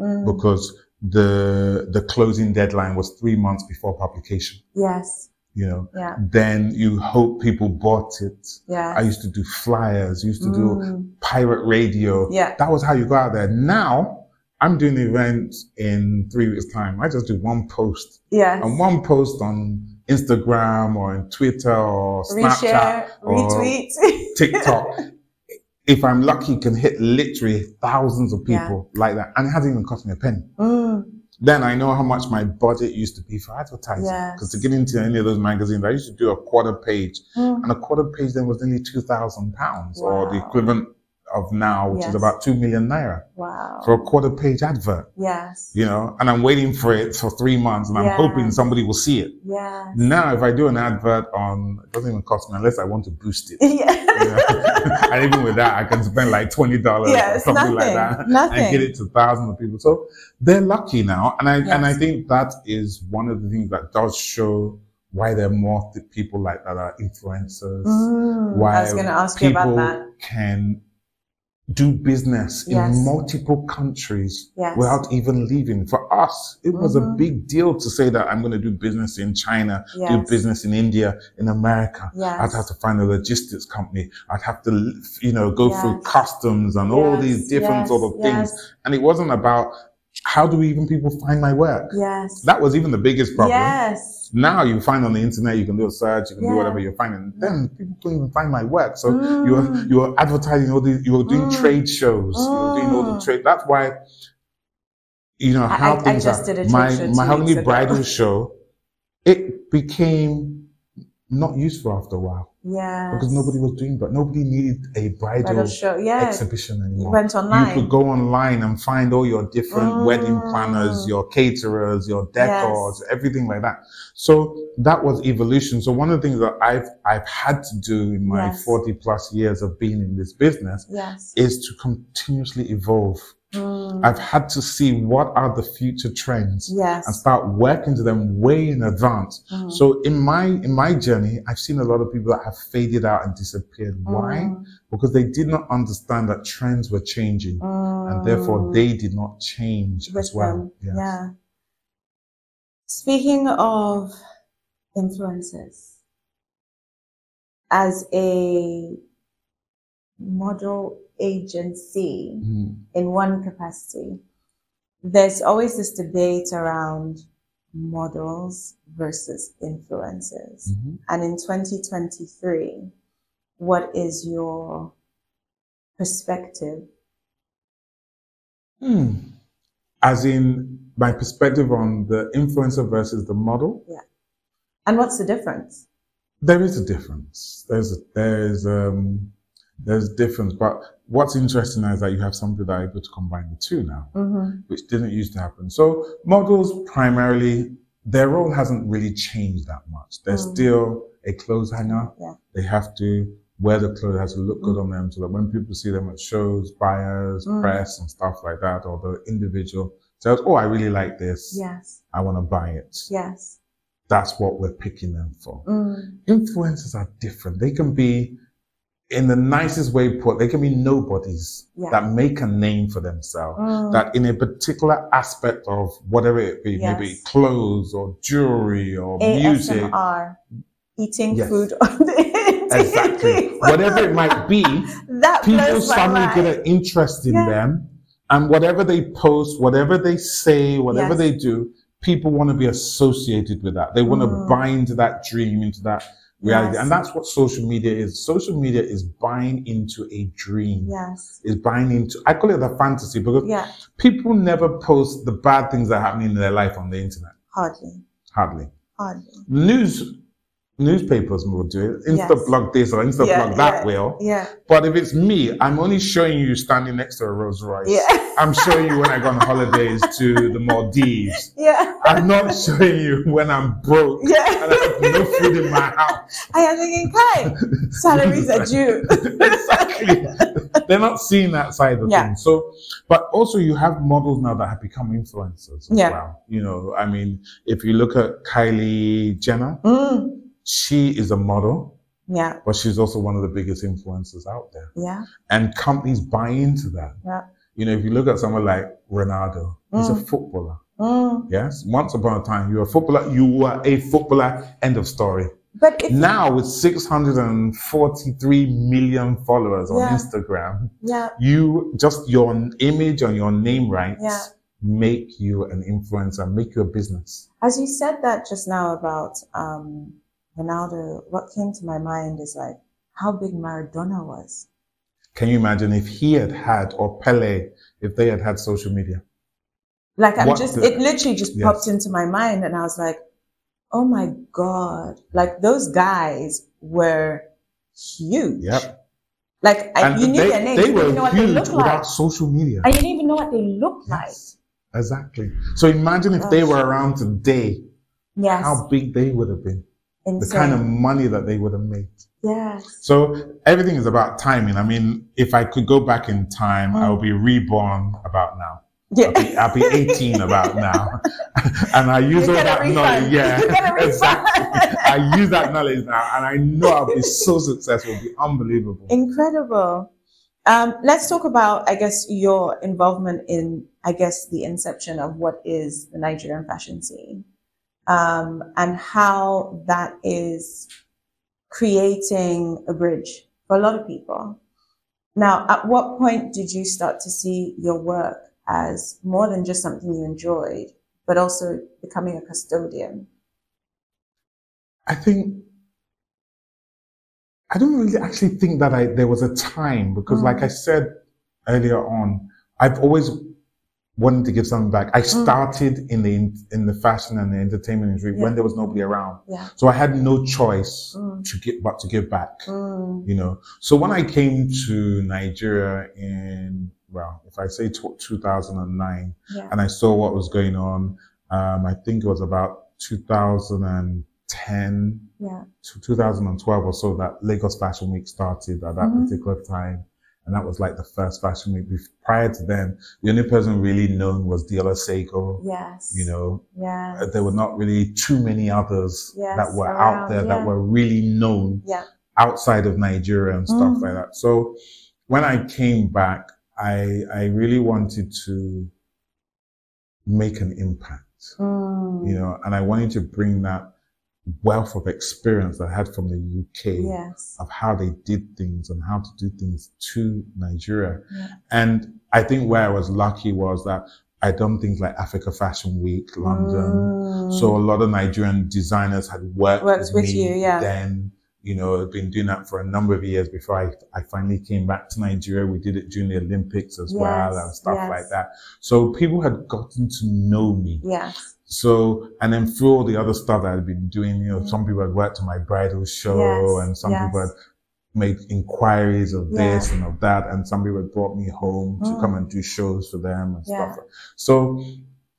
mm,
because the the closing deadline was three months before publication.
yes.
You know,
Yeah.
then you hope people bought it.
Yeah.
I used to do flyers, used to do
Mm,
pirate radio.
yeah.
That was how you got out there. Now I'm doing events in three weeks' time. I just do one post
Yes.
and one post on Instagram or on Twitter or Snapchat
Reshare,
or
retweet. (laughs)
TikTok. if I'm lucky, can hit literally thousands of
Yeah.
people like that, and it hasn't even cost me a penny
Mm,
then I know how much my budget used to be for advertising.
Yes.
Because to get into any of those magazines, I used to do a quarter page,
mm.
and a quarter page then was only two thousand pounds, or the
Wow.
equivalent of now, which
Yes.
is about two million naira
Wow.
for a quarter page advert.
yes.
You know, and I'm waiting for it for three months, and I'm
Yeah.
hoping somebody will see it.
Yes.
Now, if I do an advert on, it doesn't even cost me unless I want to boost it.
(laughs)
(laughs)
Yeah.
you know. (laughs) and even with that, I can spend like twenty dollars or
yes.
something
Nothing.
like that
Nothing.
and get it to thousands of people. So they're lucky now, and I and I
Yes.
think that is one of the things that does show why there are more th- people like that are influencers.
Mm, I
Why
was going to ask you about
People
that.
can do business
Yes.
in multiple countries
Yes.
without even leaving. For us, it was
Mhm.
a big deal to say that I'm going to do business in China,
yes.
do business in India, in America.
Yes.
I'd have to find a logistics company. I'd have to, you know, go through
Yes.
customs and all these different
yes,
sort of things.
Yes.
And it wasn't about how do even people find my work?
yes.
That was even the biggest problem.
Yes.
Now you find on the internet, you can do a search, you can
Yeah.
do whatever you're finding. Then people couldn't even find my work. So
Mm,
you're you're advertising all these, you're doing
Mm.
trade shows, you're doing all the
Mm.
trade. That's why, you know
I-
how
I- I
things
just
are.
did a trade
my
show two
my
weeks
only
ago.
bridal show, it became not useful after a while
yes.
because nobody was doing, but nobody needed a bridal
Bridal show. Yeah.
exhibition
You
anymore.
went online.
You could go online and find all your different wedding planners,
Mm.
your caterers, your decors, everything like that. So that was evolution. So one of the things that I've I've had to do in my
Yes.
40 plus years of being in this business
yes.
is to continuously evolve
Mm.
I've had to see what are the future trends and
Yes.
start working to them way in advance.
Mm.
So in my in my journey, I've seen a lot of people that have faded out and disappeared. Why?
Mm.
Because they did not understand that trends were changing, and therefore
Mm.
they did not change as
with
well.
them.
Yes.
Yeah. Speaking of influences, as a model agency
Mm.
in one capacity, there's always this debate around models versus influencers.
Mhm.
And in 2023, what is your perspective?
Hmm. As in my perspective on the influencer versus the model,
And what's the difference?
there is a difference. There's a, there's um there's a difference, but what's interesting now is that you have some people that are able to combine the two now,
Mm-hmm.
which didn't used to happen. So models primarily their role hasn't really changed that much. They're
Mm.
still a clothes hanger.
Yeah.
They have to wear the clothes, it has to look good on them so that when people see them at shows, buyers,
Mm.
press and stuff like that, or the individual says, Oh, I really like this.
Yes.
I want to buy it.
Yes.
That's what we're picking them for.
Mm.
Influencers are different. They can be, in the nicest way put, they can be nobodies
Yeah.
that make a name for themselves.
Mm.
That in a particular aspect of whatever it be, maybe
Yes.
clothes or jewelry or
(laughs)
music,
ASMR, eating
Yes.
food (laughs) on the TV.
exactly, whatever it might be,
That
people
blows my
suddenly
mind.
get an interest in
Yeah.
them, and whatever they post, whatever they say, whatever
Yes.
they do, people want to be associated with that. They want to
Mm.
buy into that dream, into that reality,
Yes.
and that's what social media is. Social media is buying into a dream.
Yes.
Is buying into, I call it the fantasy because
Yeah.
people never post the bad things that are happening in their life on the internet.
Hardly.
Hardly.
Hardly.
News, newspapers will do it. Insta
Yes.
blog this or Insta
Yeah,
blog that
yeah.
will.
Yeah.
But if it's me, I'm only showing you standing next to a Rolls Royce.
Yeah.
(laughs) I'm showing you when I go on holidays to the Maldives.
Yeah. (laughs)
I'm not (laughs) showing you when I'm broke and I have no
Yeah.
food in my house.
I am thinking, hey,
(laughs)
salaries are due.
exactly. (laughs) They're not seeing that side of
Yeah.
things. So, but also you have models now that have become influencers as
Yeah.
well. You know, I mean, if you look at Kylie Jenner,
(laughs) Mm.
she is a model,
Yeah.
but she's also one of the biggest influencers out there.
Yeah.
and companies buy into that.
Yeah.
You know, if you look at someone like Ronaldo, he's a
Mm.
footballer.
Mm.
Yes, once upon a time, you were a footballer. You were a footballer. End of story.
But if,
Now with 643 million followers on
Yeah.
Instagram,
yeah.
you just your image and your name rights
Yeah.
make you an influencer, make you a business.
As you said that just now about um, Ronaldo, what came to my mind is like how big Maradona was.
Can you imagine if he had had or Pele, if they had had social media?
Like I'm
What
just,
the-
it literally just
Yes.
popped into my mind, and I was like, oh my god, like those guys were huge.
Yep.
Like I, you knew
they,
their names,
they
you
were
didn't know what they
huge
looked
without
like,
social media.
and you didn't even know what they looked
Yes, exactly. So imagine if they
Gosh.
were around today,
like. Yes,
how big they would have been, the
insane.
kind of money that they would have made.
yes,
So everything is about timing. I mean, if I could go back in time,
Mm.
I would be reborn about now.
yeah.
I'll
(laughs)
be, I'll be 18 about now. (laughs) and I use
You
all
get a
that
refund.
knowledge.
You get a
Yeah,
refund. (laughs)
exactly. I use that knowledge now and I know I'll be so successful. It'll be unbelievable.
Incredible. Um, let's talk about, I guess, your involvement in, I guess, the inception of what is the Nigerian fashion scene, um, and how that is creating a bridge for a lot of people. Now, at what point did you start to see your work as more than just something you enjoyed, but also becoming a custodian?
I think I don't really actually think that I there was a time because,
Mm.
like I said earlier on, I've always wanted to give something back. I
Mm.
started in the in the fashion and the entertainment industry
Yeah.
when there was nobody around,
Yeah.
so I had no choice
Mm,
to give but to give back.
mm,
You know, so when I came to Nigeria in well, if I say tw 2009,
yeah.
and I saw what was going on. Um, I think it was about 2010
Yeah.
to 2012 or so that Lagos Fashion Week started at that
Mhm.
particular time. And that was like the first fashion week. Bef- Prior to then, the only person really known was Diola Seiko.
Yes.
You know,
Yes.
there were not really too many others
Yes,
that were
around,
out there
yeah.
that were really known
Yeah.
outside of Nigeria and stuff
Mm.
like that. So when I came back, I, I really wanted to make an impact
Mm.
you know, and I wanted to bring that wealth of experience I had from the UK
Yes.
of how they did things and how to do things to Nigeria.
Yeah.
And I think where I was lucky was that I done things like Africa Fashion Week, London.
Mm.
So a lot of Nigerian designers had worked,
Worked with
me
you, yeah.
Then you know, I've been doing that for a number of years before I, I finally came back to Nigeria. We did it during the Olympics as well
Yes,
and stuff
yes.
like that. So people had gotten to know me.
Yes.
So, and then through all the other stuff that I'd been doing, you know,
Mm.
some people had worked on my bridal show
Yes,
and some
yes.
people had made inquiries of
Yeah.
this and of that. And some people had brought me home to
Mm.
come and do shows for them and
Yeah.
stuff. So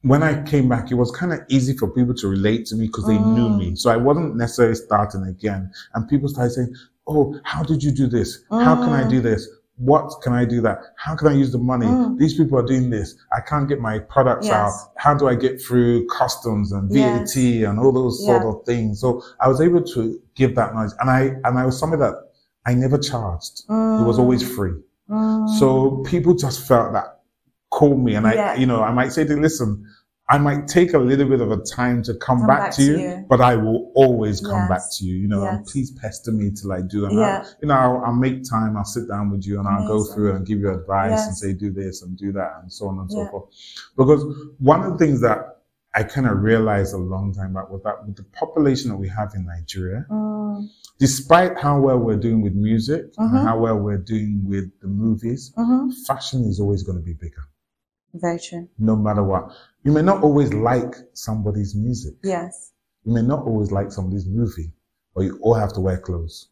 when I came back, it was kind of easy for people to relate to me because they knew
Mm.
me. So I wasn't necessarily starting again. And people started saying, Oh, how did you do this? How can I
Mm.
do this? What can I do that? How can I use the money?
Mm.
These people are doing this. I can't get my products
Yes.
out. How do I get through customs and VAT and all those sort
Yeah.
of things? So I was able to give that knowledge, and I and I was somebody that I never charged. It was always
Oh.
free.
Mm.
So people just felt that call me, and I
Yeah.
you know I might say to them, listen. I might take a little bit of a time to come, back, to you, but I will always come back
Yes.
to you. You know, and
Yes.
please pester me till I do. And I-
Yeah.
you know, I'll, I'll make time. I'll sit down with you and I'll go
Amazing.
through and give you advice and
Yes.
say, do this and do that and so on and
Yeah.
so forth. Because one of the things that I kind of realized a long time back was that with the population that we have in Nigeria,
Mm.
despite how well we're doing with music
Mhm.
and how well we're doing with the movies,
hmm
fashion is always going to be bigger,
Very true.
no matter what. You may not always like somebody's music.
Yes.
You may not always like somebody's movie, but you all have to wear clothes.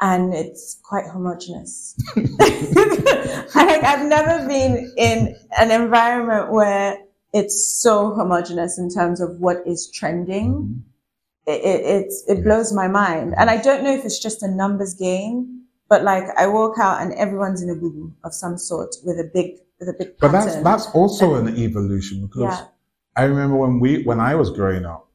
and it's quite homogenous. (laughs) I, I've never been in an environment where it's so homogenous in terms of what is trending.
Mhm.
It, it, it's, it
Yes.
blows my mind. And I don't know if it's just a numbers game, but like I walk out and everyone's in a boo of some sort with a big, with a big
But
pattern.
that's that's also an evolution because
Yeah.
I remember when we when I was growing up,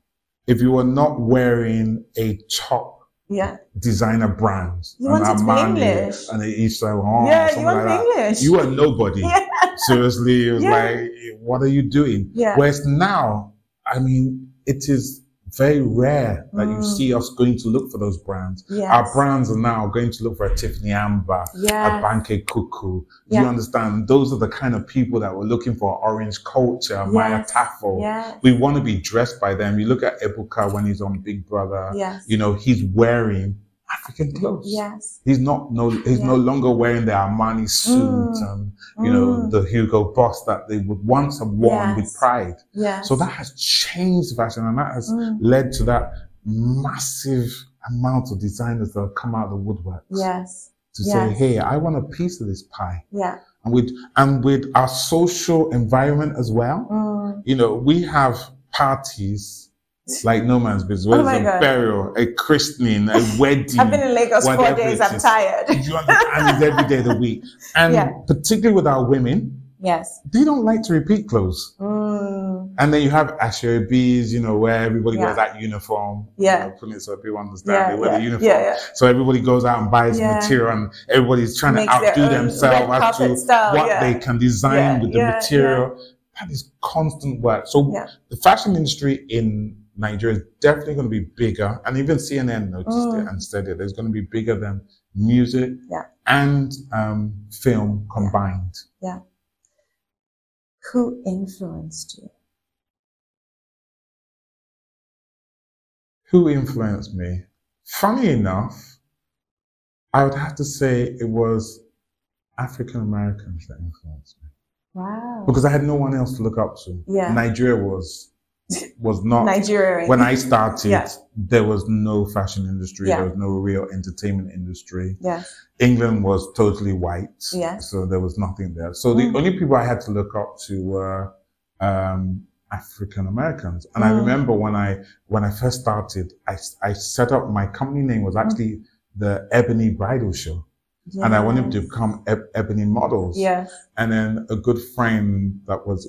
if you were not wearing a top
yeah.
designer brand,
You
an
wanted to be
Armani
English.
and an Yves Saint Laurent, or
yeah, you
something
want
like that,
English.
you were nobody.
(laughs) Yeah.
Seriously, it was
Yeah.
like, what are you doing?
yeah.
Whereas now, I mean, it is very rare that you
Mm.
see us going to look for those brands.
Yes.
Our brands are now going to look for a Tiffany Amber,
Yes.
a Banke Cuckoo.
Yeah.
You understand? Those are the kind of people that were looking for orange culture, Maya
Yes.
Tafel.
Yeah.
We want to be dressed by them. You look at Ebuka when he's on Big Brother,
Yes.
uh, you know, he's wearing African clothes.
Yes.
He's not no he's no longer wearing the Armani suit
Mm.
and you know
Mm.
the Hugo Boss that they would once have worn
Yes.
with pride.
Yes.
So that has changed fashion and that has
Mm.
led to that massive amount of designers that have come out of the woodwork
Yes.
to
Yes.
say, hey, I want a piece of this pie.
Yeah.
And with, and with our social environment as well,
Mm.
you know, we have parties like no man's business,
Oh
whether
my
it's a
God.
burial, a christening, a
(laughs)
wedding.
I've been in Lagos four
Mm. whatever
days.
it
I'm
is. (laughs)
tired.
Do you understand? And it's every day of the week. And
Yeah.
particularly with our women,
Yes.
they don't like to repeat clothes.
Mm.
And then you have Asher B's, you know, where everybody
Yeah.
wears that uniform.
Yeah.
You know, putting it so people understand
Yeah,
they wear
yeah,
the
yeah,
uniform.
yeah.
So everybody goes out and buys
Yeah.
material and everybody's trying
Makes
to
their
outdo
own
themselves
red
as to
carpet style,
what
Oh, yeah.
they can design
Yeah,
with the
yeah,
material. That is constant work. So
Yeah.
the fashion industry in Nigeria is definitely going to be bigger. And even CNN noticed
Mm.
it and said it. It's going to be bigger than music
Yeah.
and um, film combined.
Who influenced you?
Who influenced me? Funny enough, I would have to say it was African Americans that influenced me.
Wow.
because I had no one else to look up to.
Yeah.
Nigeria was was not
Nigeria.
when I started.
Yeah.
There was no fashion industry.
Yeah.
There was no real entertainment industry.
Yes.
England was totally white.
Yeah.
So there was nothing there. So the
Mm.
only people I had to look up to were um, African Americans. And I
Mm.
remember when I when I first
Mm.
started, I, I set up my company name was actually the Ebony Bridal Show. and I wanted to become eb- ebony models.
Yes.
And then a good friend that was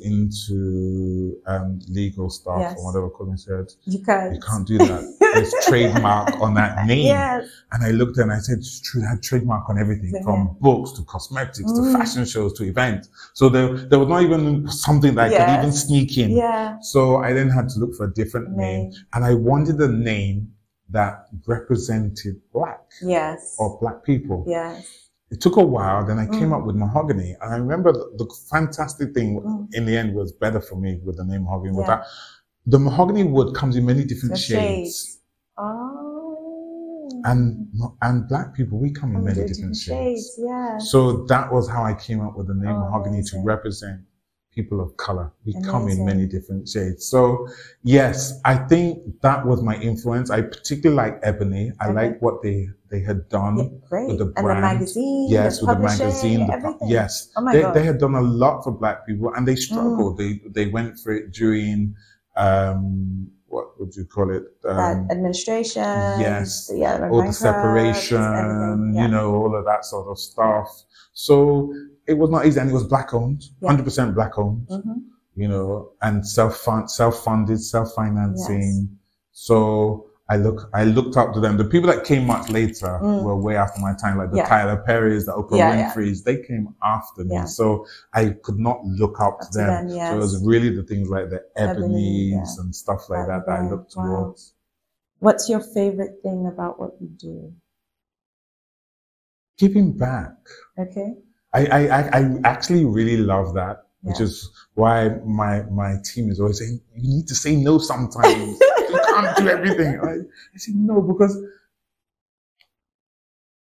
into um, legal stuff
Yes.
or whatever called me said,
You can't.
"You can't do that.
(laughs)
There's trademark on that name."
Yes.
And I looked and I said, "It's true, I had trademark on everything
Yeah.
from books to cosmetics
Mm.
to fashion shows to events. So there, there was not even something that I could even
Yes.
sneak in.
Yeah.
So I then had to look for a different name
Name.
and I wanted a name that represented black
Yes.
or black people.
Yes.
It took a while, then I came
Mm.
up with mahogany. And I remember the, the fantastic thing
Mm.
in the end was better for me with the name mahogany was
Yeah.
that the mahogany wood comes in many different
The
shades.
shades. Oh.
And and black people, we come in
Oh,
many
the
different shades.
Yes.
So that was how I came up with the name
Oh,
mahogany to
amazing.
represent people of color. We come in
Amazing.
many different shades. So yes, I think that was my influence. I particularly like ebony. I
Okay.
like what they they had done.
Yeah, great.
Uh-huh. the
and the
brand.
magazine.
Yes,
the
with the
publishing,
magazine. The,
everything.
yes,
Oh my
they,
God. Mm.
they had done a lot for black people, and they struggled. They they went for it during um, what would you call it?
that
Um,
administration.
yes,
Yeah. they went
all the
bankrupt,
separation,
everything, yeah.
you know, all of that sort of stuff. So it was not easy, and it was black owned,
Yeah.
hundred percent black owned,
Mhm.
you know, and self fund, self funded, self financing. So I look, I looked up to them. The people that came much later
Mm.
were way after my time, like the
Yeah.
Tyler Perrys, the
Yeah,
Oprah
yeah.
Winfrey's. They came after me,
Yeah.
so I could not look up, to them. So it was
yes.
really the things like the
Ebony,
ebonies
yeah.
and stuff like that that I
Ebony,
looked
wow.
towards.
What's your favorite thing about what you do?
Giving back.
Okay.
I, I, I- I actually really love that, which
Yeah.
is why my, my team is always saying, you need to say no sometimes. you can't do everything. I, I said, no, because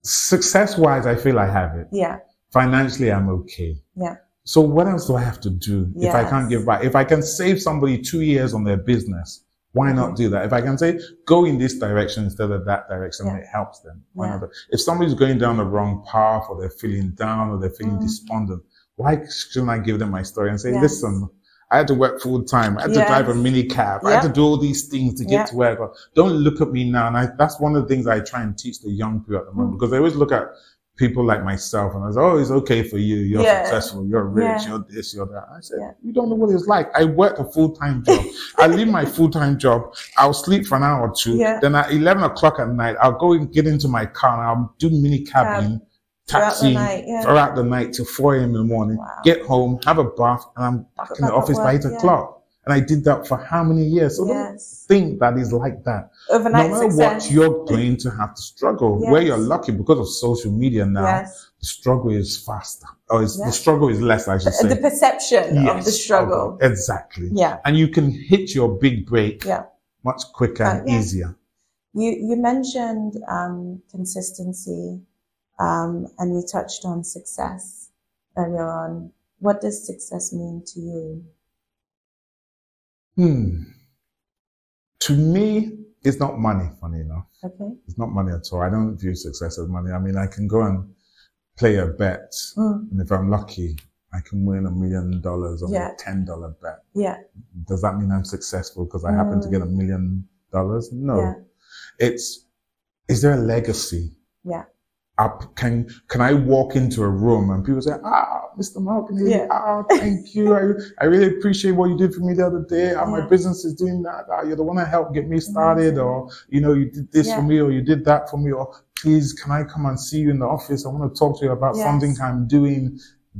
success wise, I feel I have it.
(laughs) Yeah.
Financially, I'm okay.
Yeah.
So what else do I have to do if I can't
Yes.
give back? If I can save somebody two years on their business, why not
Mhm.
do that? If I can say, go in this direction instead of that direction,
Yeah.
it helps them. Why
Yeah.
not? If somebody's going down the wrong path or they're feeling down or they're feeling
Mm.
despondent, why shouldn't I give them my story and say,
Yes.
listen, I had to work full time. I had to
Yes.
drive a mini cab. I had to do all these things to get
Yeah.
to where I got. Don't look at me now. And I, that's one of the things I try and teach the young people at the moment
Mm.
because they always look at people like myself and I was, oh, it's okay for you. You're
Yeah.
successful. You're rich.
Yeah.
You're this, you're that. I said,
Yeah.
you don't know what it's like. I work a full time job. I leave my full time job. I'll sleep for an hour or two.
Yeah.
Then at 11 o'clock at night, I'll go and get into my car and I'll do mini cabbing,
Throughout
taxi
the night. Yeah.
throughout the night till 4 a.m. in the morning,
Wow.
get home, have a bath, and I'm back in
Back
the
at
office by
work,
8
yeah.
o'clock. And I did that for how many years? So don't
yes.
think that is like that.
Overnight
no matter
success.
what, you're going to have to struggle. Where
Yes.
you're lucky because of social media now,
Yes.
the struggle is faster. Or it's,
Yeah.
the struggle is less, I should say.
The perception
Yes,
of the struggle.
of- Exactly.
Yeah.
And you can hit your big break
Yeah.
much quicker
Uh,
and
yeah.
easier.
You you mentioned um, consistency, um, and you touched on success earlier on. What does success mean to you?
Hmm. To me, it's not money, funny enough.
Okay.
It's not money at all. I don't view success as money. I mean, I can go and play a bet,
Mm,
and if I'm lucky, I can win a million dollars on
Yeah.
a ten dollar bet.
yeah.
Does that mean I'm successful because I happen to
Mm.
get a million dollars? No.
Yeah.
It's is there a legacy?
Yeah.
Up can can I walk into a room and people say, Ah, Mr. Malcolm,
Yeah.
ah, thank you. I, I really appreciate what you did for me the other day. Ah, my
Yeah. Mm.
business is doing that. Ah, you're the one that helped get me started, or you know, you did this for
Yeah.
me, or you did that for me, or please can I come and see you in the office? I want to talk to you about
Yes.
something I'm doing.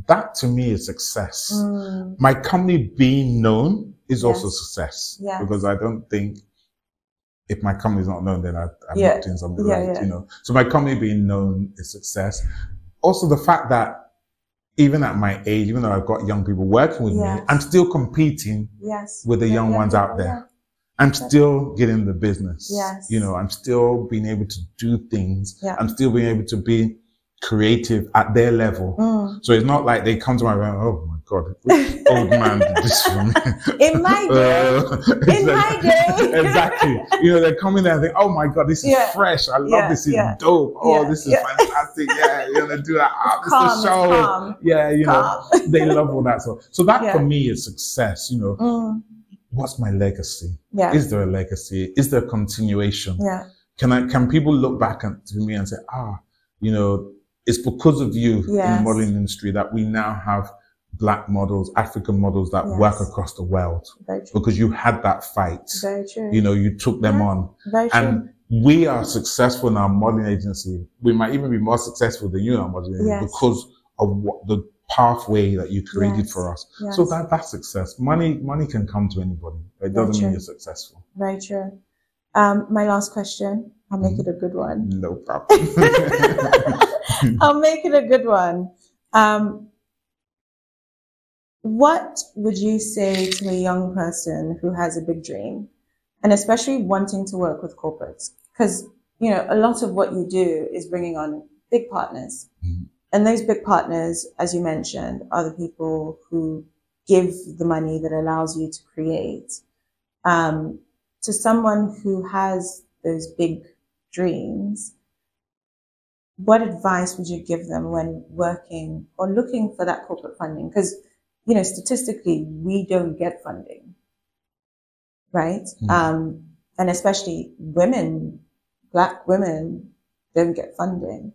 That to me is success
Mm,
my company being known is also
Yes.
success
Yes.
because I don't think if my company is not known, then I, I'm
Yeah.
not doing something
Yeah,
right,
yeah.
you know. So my company being known is success. Also, the fact that even at my age, even though I've got young people working with me,
Yes.
I'm still competing
yes.
with the
Yeah,
young
yeah,
ones out
yeah,
there. I'm still getting the business.
Yes.
You know, I'm still being able to do things.
Yeah.
I'm still being able to be creative at their level.
yeah.
(laughs)
Mm.
So it's not like they come to my room, oh my God, (laughs) which old man did this for me?
(laughs)
(laughs)
In my day,
Oh, Uh, exactly.
my day.
(laughs) exactly. You know, they come in there and think, oh my God, this is
Yeah.
fresh. I love
Yeah,
this. It's
yeah.
dope. Oh,
Yeah,
this is
yeah.
fantastic.
(laughs)
Yeah, you're going to do that. Oh, this
calm,
is
it's
the show.
calm,
Yeah, you know,
calm.
they love all that stuff. So that
Yeah.
for me is success. You know,
Mm,
what's my legacy?
yeah,
Is there a legacy? Is there a continuation?
yeah,
Can I, can people look back and, to me and say, ah, you know, It's because of you in the
Yes.
modeling industry that we now have black models, African models that
Yes.
work across the world
Very true.
because you had that fight.
Very true.
You know, you took them
Yeah.
on
Very true.
and we are successful in our modeling agency. We might even be more successful than you in our modeling
Yes.
because of what the pathway that you created
Yes.
for us.
yes.
So that that's success. Money money can come to anybody. but It
Very
doesn't
true.
mean you're successful.
Very true. Um, my last question. I'll make
Mm-hmm.
it a good one.
No problem. (laughs)
(laughs) I'll make it a good one. Um, what would you say to a young person who has a big dream and especially wanting to work with corporates? Because, you know, a lot of what you do is bringing on big partners.
Mhm.
And those big partners, as you mentioned, are the people who give the money that allows you to create. Um, to someone who has those big dreams, what advice would you give them when working or looking for that corporate funding? Because, you know, statistically, we don't get funding, right?
Mm.
Um, and especially women, black women, don't get funding.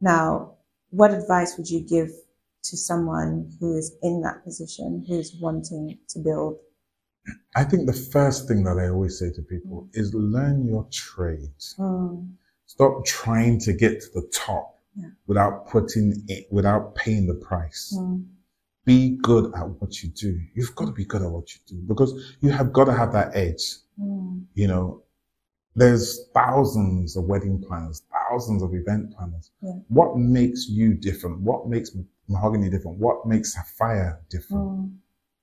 Now, what advice would you give to someone who is in that position, who is wanting to build?
I think the first thing that I always say to people is learn your trade.
Mm,
Stop trying to get to the top
Yeah.
without putting it without paying the price.
mm,
Be good at what you do. You've got to be good at what you do because you have got to have that edge.
mm,
you know, there's thousands of wedding planners, thousands of event planners.
Yeah.
What makes you different? What makes mahogany different? What makes sapphire different?
mm.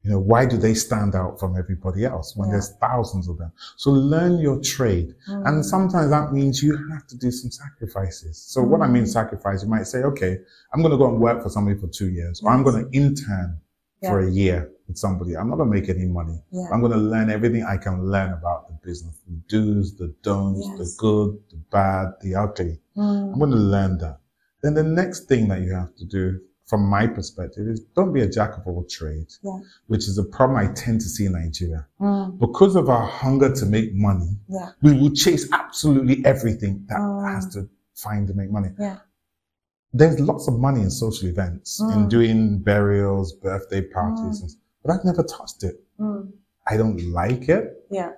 You know, why do they stand out from everybody else when
Yeah.
there's thousands of them? So learn your trade.
Mm.
And sometimes that means you have to do some sacrifices. So what I
Mm.
mean sacrifice, you might say, okay, I'm going to go and work for somebody for two years, or I'm going
Mm.
to intern for a year with somebody. I'm not going to make any money.
yeah.
I'm going to learn everything I can learn about the business, the do's, the don'ts,
Yes.
the good, the bad, the ugly.
Mm,
I'm going to learn that. Then the next thing that you have to do, from my perspective, is don't be a jack of all trades,
Yeah.
which is a problem I tend to see in Nigeria.
mm,
Because of our hunger to make money,
yeah.
we will chase absolutely everything that
Mm.
has to find to make money.
Yeah.
There's lots of money in social events, in
Mm.
doing burials, birthday parties, and but I've never touched it.
Mm,
I don't like it.
yeah.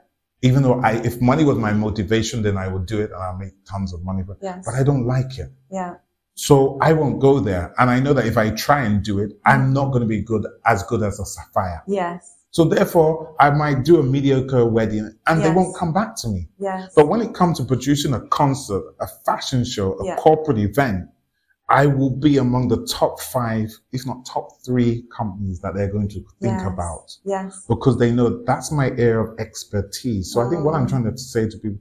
Even though I, if money was my motivation, then I would do it and I'll make tons of money. But,
Yes.
but I don't like it.
yeah.
So I won't go there. And I know that if I try and do it, I'm not going to be good, as good as a sapphire.
Yes.
So therefore, I might do a mediocre wedding and they
Yes.
won't come back to me.
Yes.
But when it comes to producing a concert, a fashion show, a
Yeah.
corporate event, I will be among the top five, if not top three companies that they're going to think
Yes.
about
Yes.
because they know that's my area of expertise. So I think what I'm
Mm.
trying to say to people,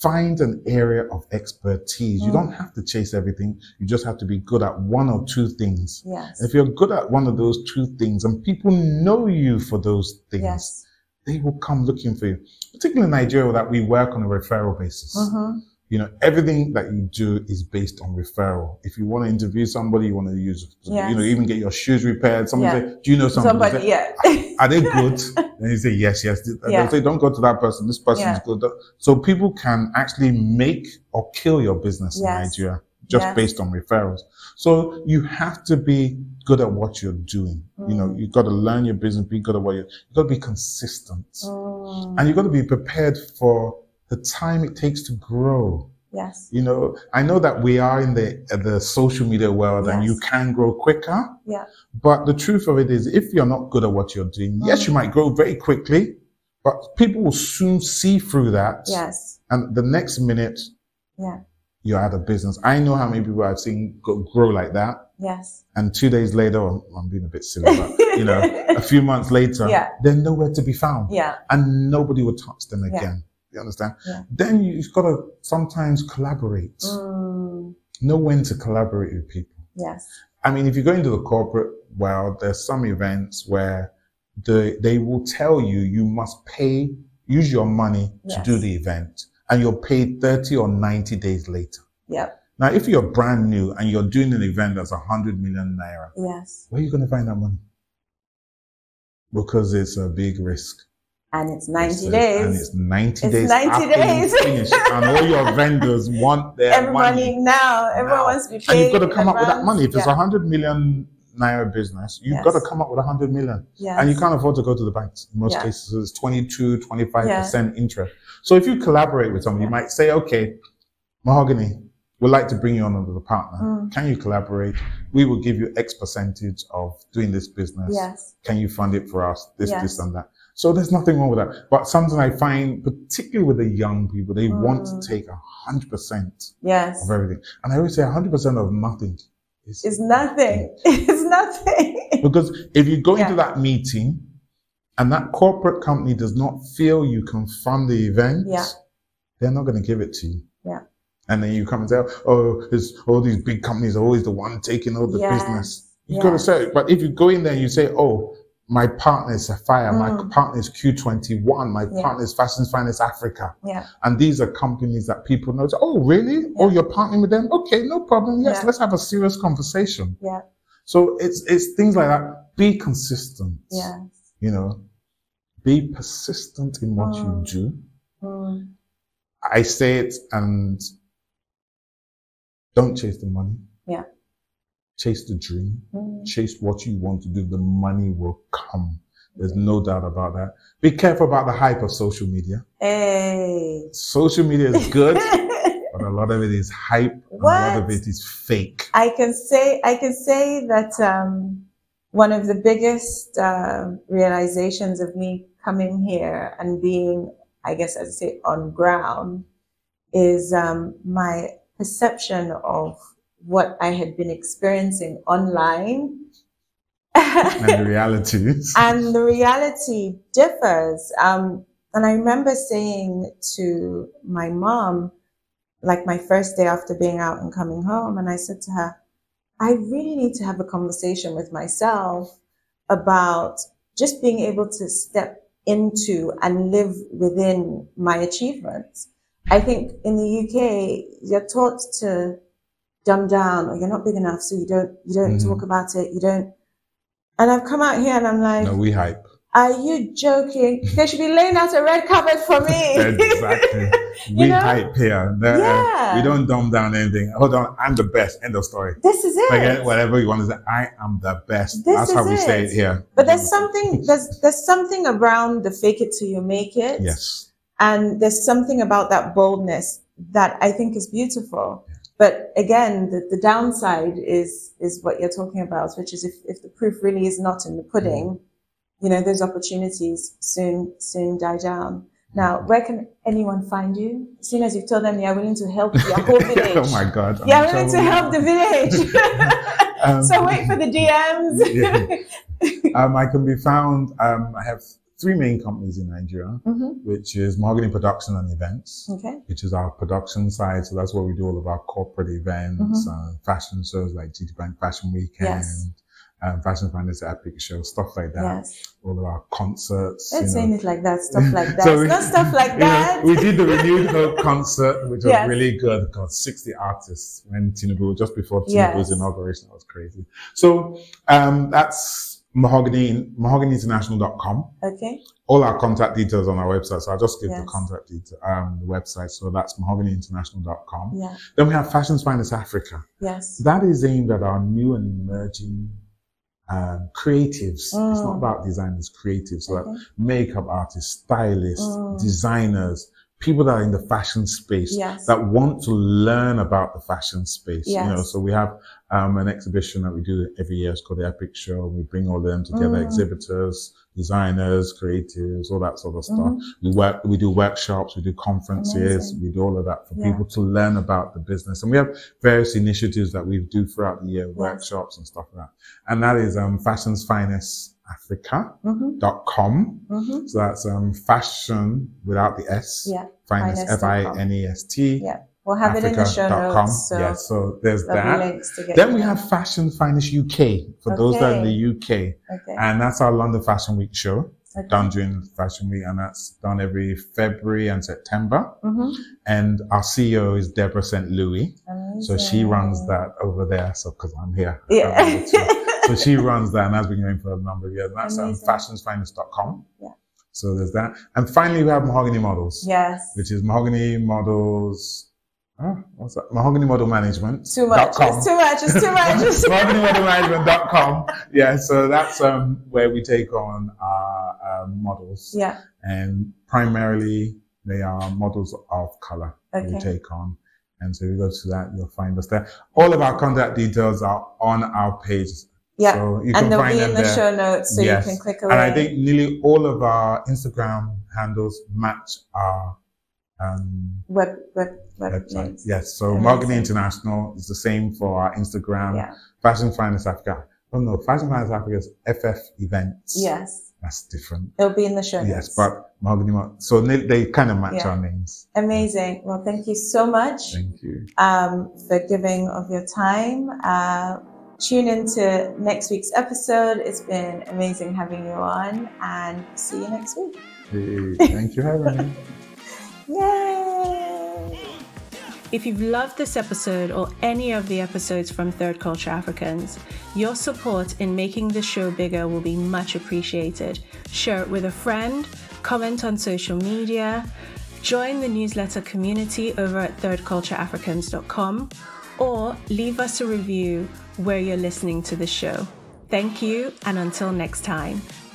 find an area of expertise. You
Mm.
don't have to chase everything. You just have to be good at one or two things.
Yes.
If you're good at one of those two things and people know you for those things,
yes.
they will come looking for you. Particularly in Nigeria that we work on a referral basis.
Mm-hmm.
You know, everything that you do is based on referral. If you want to interview somebody, you want to use, you know,
Yes.
even get your shoes repaired. Somebody
Yeah.
say, do you know somebody?
Somebody,
Say,
yeah.
are
(laughs)
they good? and you say, yes, yes. Th-
Yeah.
They'll say, don't go to that person. This person
Yeah.
is good. So people can actually make or kill your business
Yes.
in Nigeria (laughs) just
Yes.
based on referrals. So you have to be good at what you're doing. You know,
Mm.
you've got to learn your business, be good at what you're, you've got to be consistent
Mm,
and you've got to be prepared for the time it takes to grow.
yes.
You know, I know that we are in the uh, the social media world, and
Yes.
you can grow quicker.
Yeah.
But the truth of it is, if you're not good at what you're doing, yes,
Mm.
you might grow very quickly, but people will soon see through that.
Yes.
And the next minute,
Yeah.
you're out of business. I know how many people I've seen go, grow like that,
Yes.
and two days later, I'm, I'm being a bit silly, but you know,
(laughs)
a few months later,
Yeah.
they're nowhere to be found
yeah.
and nobody will touch them
Yeah.
again. You understand?
Yeah.
Then you've got to sometimes collaborate.
Mm,
Know when to collaborate with people.
yes.
I mean, if you go into the corporate world, there's some events where the, they will tell you you must pay, use your money
Yes.
to do the event, and you're paid 30 or 90 days later.
Yep.
Now, if you're brand new and you're doing an event that's 100 million naira,
Yes.
where are you going to find that money? Because it's a big risk.
and it's 90
So-
days.
And it's 90
It's
days.
90
after you
days.
Finish, and all
(laughs)
your vendors want their
Everybody
money.
now, everyone
now.
wants to be
And
paid.
you've got to
in
come up with that
advance.
money. If it's
yeah.
a 100 million naira business, you've
Yes.
got to come up with 100 million.
yes.
And you can't afford to go to the banks. In most
Yeah.
cases, it's 22, 25% interest. So if you collaborate with someone, you might say, okay, Mahogany, we'd like to bring you on as a partner.
Mm.
Can you collaborate? We will give you X percentage of doing this business
yes.
can you fund it for us? This, this,
Yes.
and that. So there's nothing wrong with that. But something I find, particularly with the young people, they want to
Mm.
take hundred percent
Yes.
of everything. And I always say hundred percent of nothing is
It's nothing. (laughs) It's nothing.
because if you go
Yeah.
into that meeting and that corporate company does not feel you can fund the event,
Yeah.
they're not going to give it to you.
Yeah.
And then you come and say, oh, it's, all these big companies are always the one taking all the
Yes.
business. You've
Yeah.
got to sell it. But if you go in there and you say, oh, my partner is Sapphire, my
Mm.
partner is Q21, my
Yeah.
partner is Fashion Finance Africa.
Yeah.
And these are companies that people know. So, oh, really? Oh,
Yeah.
you're partnering with them? Okay, no problem. Yes,
Yeah.
let's have a serious conversation.
Yeah.
So it's, it's things like that. Be consistent.
Yes.
You know, be persistent in what you
Mm.
do.
Mm.
I say it and don't chase the money.
Yeah.
Chase the dream.
Mm.
Chase what you want to do. The money will come. There's no doubt about that. Be careful about the hype of social media.
Hey. (laughs)
Social media is good, but a lot of it is hype. and A lot of
What?
it is fake.
I can say I can say that um, one of the biggest uh, realizations of me coming here and being, I guess I'd say, on ground is um, my perception of what I had been experiencing online. (laughs)
And the reality is.
and the reality differs. Um, and I remember saying to my mom, like my first day after being out and coming home, and I said to her, I really need to have a conversation with myself about just being able to step into and live within my achievements. I think in the UK, you're taught to dumb down or you're not big enough, so you don't, you don't
Mhm.
talk about it. You don't. And I've come out here and I'm like,
No, we
(laughs)
hype.
are you joking? They should be laying out a red carpet for
(laughs)
(laughs) me.
Exactly. we
know?
hype here. The- uh,
Yeah.
We don't dumb down anything. Hold on. I'm the best. End of story.
this is it.
Forget whatever you want to say. I am the best.
This
That's how
is
we say
it.
it here.
But there's something there's there's something around the fake it till you make it.
Yes.
And there's something about that boldness that I think is beautiful. But again, the, the downside is is what you're talking about, which is if, if the proof really is not in the pudding, you know, those opportunities soon soon die down. Now, where can anyone find you? As soon as you've told them you are willing to help your whole village.
(laughs) oh my God. I'm
Yeah, we need
so-
to help the
(laughs)
village.
Um,
so wait for the DMs.
yeah. um, I can be found. Um, I have three main companies in Nigeria,
Mhm.
which is Mahogany Production and Events,
Okay.
which is our production side. So that's where we do all of our corporate events, uh, fashion shows like GT Bank Fashion Weekend.
Mm-hmm. Yes.
Um, Fashion Finance Epic Show, stuff like that.
Yes.
All of our concerts.
Don't
you
say
know.
it like that. Stuff
(laughs)
like that.
So we-
Not stuff like
(laughs) You know,
that.
we did the Renewed Hope concert, which was
Yes.
really good. Got 60 artists when Tinubu, just before Tinubu's
Yes.
inauguration. That was crazy. So, um, that's mahogany, mahoganyinternational.com.
Okay.
All our contact details on our website. So I'll just give
Yes.
the contact detail, um, the website. So that's mahoganyinternational.com.
Yeah.
Then we have Fashion Finance Africa.
Yes.
That is aimed at our new and emerging, um, creatives. It's
Mm.
not about design, it's creatives. So that
Okay.
makeup artists, stylists,
Mm.
designers, people that are in the fashion space
Yes.
that want to learn about the fashion space. You know,
Yes.
so we have um, an exhibition that we do every year. It's called the Epic Show. We bring all of them together:
Mm.
exhibitors, designers, creatives, all that sort of stuff.
Mhm.
We work, we do workshops, we do conferences,
Amazing.
we do all of that for
Yeah.
people to learn about the business. And we have various initiatives that we do throughout the year, workshops and stuff like that. And that is um, Fashion's Finest Africa
Mhm. Mhm.
so that's um, fashion without the S.
Yeah.
Finance,
finest
F
dot com.
I N E S T.
Yeah. We'll have it in the show
Africa.com.
notes. So
yeah, so there's
there'll be
that.
links to get.
Then
you
we
there.
have Fashion Finance UK for those that are in the UK.
Okay.
And that's our London Fashion Week show
Okay.
done during Fashion Week. And that's done every February and September.
Mhm.
And our CEO is Deborah St. Louis. So she
Amazing.
runs that over there. So, because I'm here. I can't
Yeah.
(laughs) do it too. so she runs that and has been going for a number of years. And that's um,
Amazing.
fashionsfinest.com.
Yeah.
So there's that. And finally, we have mahogany models,
Yes.
which is mahogany models. Oh, what's that? Mahogany Model Management.
Too much.
com.
It's too much. It's too much.
(laughs)
It's too much.
ModelModelManagement.com. Yeah, so that's um, where we take on our uh, models,
Yeah.
and Um, primarily they are models of color that we
Okay.
take on. And so if you go to that, you'll find us there. All of our contact details are on our page,
Yeah.
so
and
you can
they'll
find
be
them
in the
there.
show notes so
Yes.
you can click
and
away.
I think nearly all of our Instagram handles match our um,
web web web
website.
names.
Yes, so
Amazing.
Mahogany International is the same for our Instagram.
Yeah.
Fashion Finance Africa. Oh no, Fashion Finance Africa is FF events.
Yes.
That's different.
It'll be in the show notes.
Yes, but Mahogany Mo- So they, they kind of match
Yeah.
our names.
amazing. Well, thank you so much.
Thank you.
um, for giving of your time. Uh, tune in to next week's episode. It's been amazing having you on, and see you next week.
Hey, thank you for having me.
Yay!
If you've loved this episode or any of the episodes from Third Culture Africans, your support in making the show bigger will be much appreciated. Share it with a friend, comment on social media, join the newsletter community over at thirdcultureafricans.com, or leave us a review where you're listening to the show. Thank you, and until next time.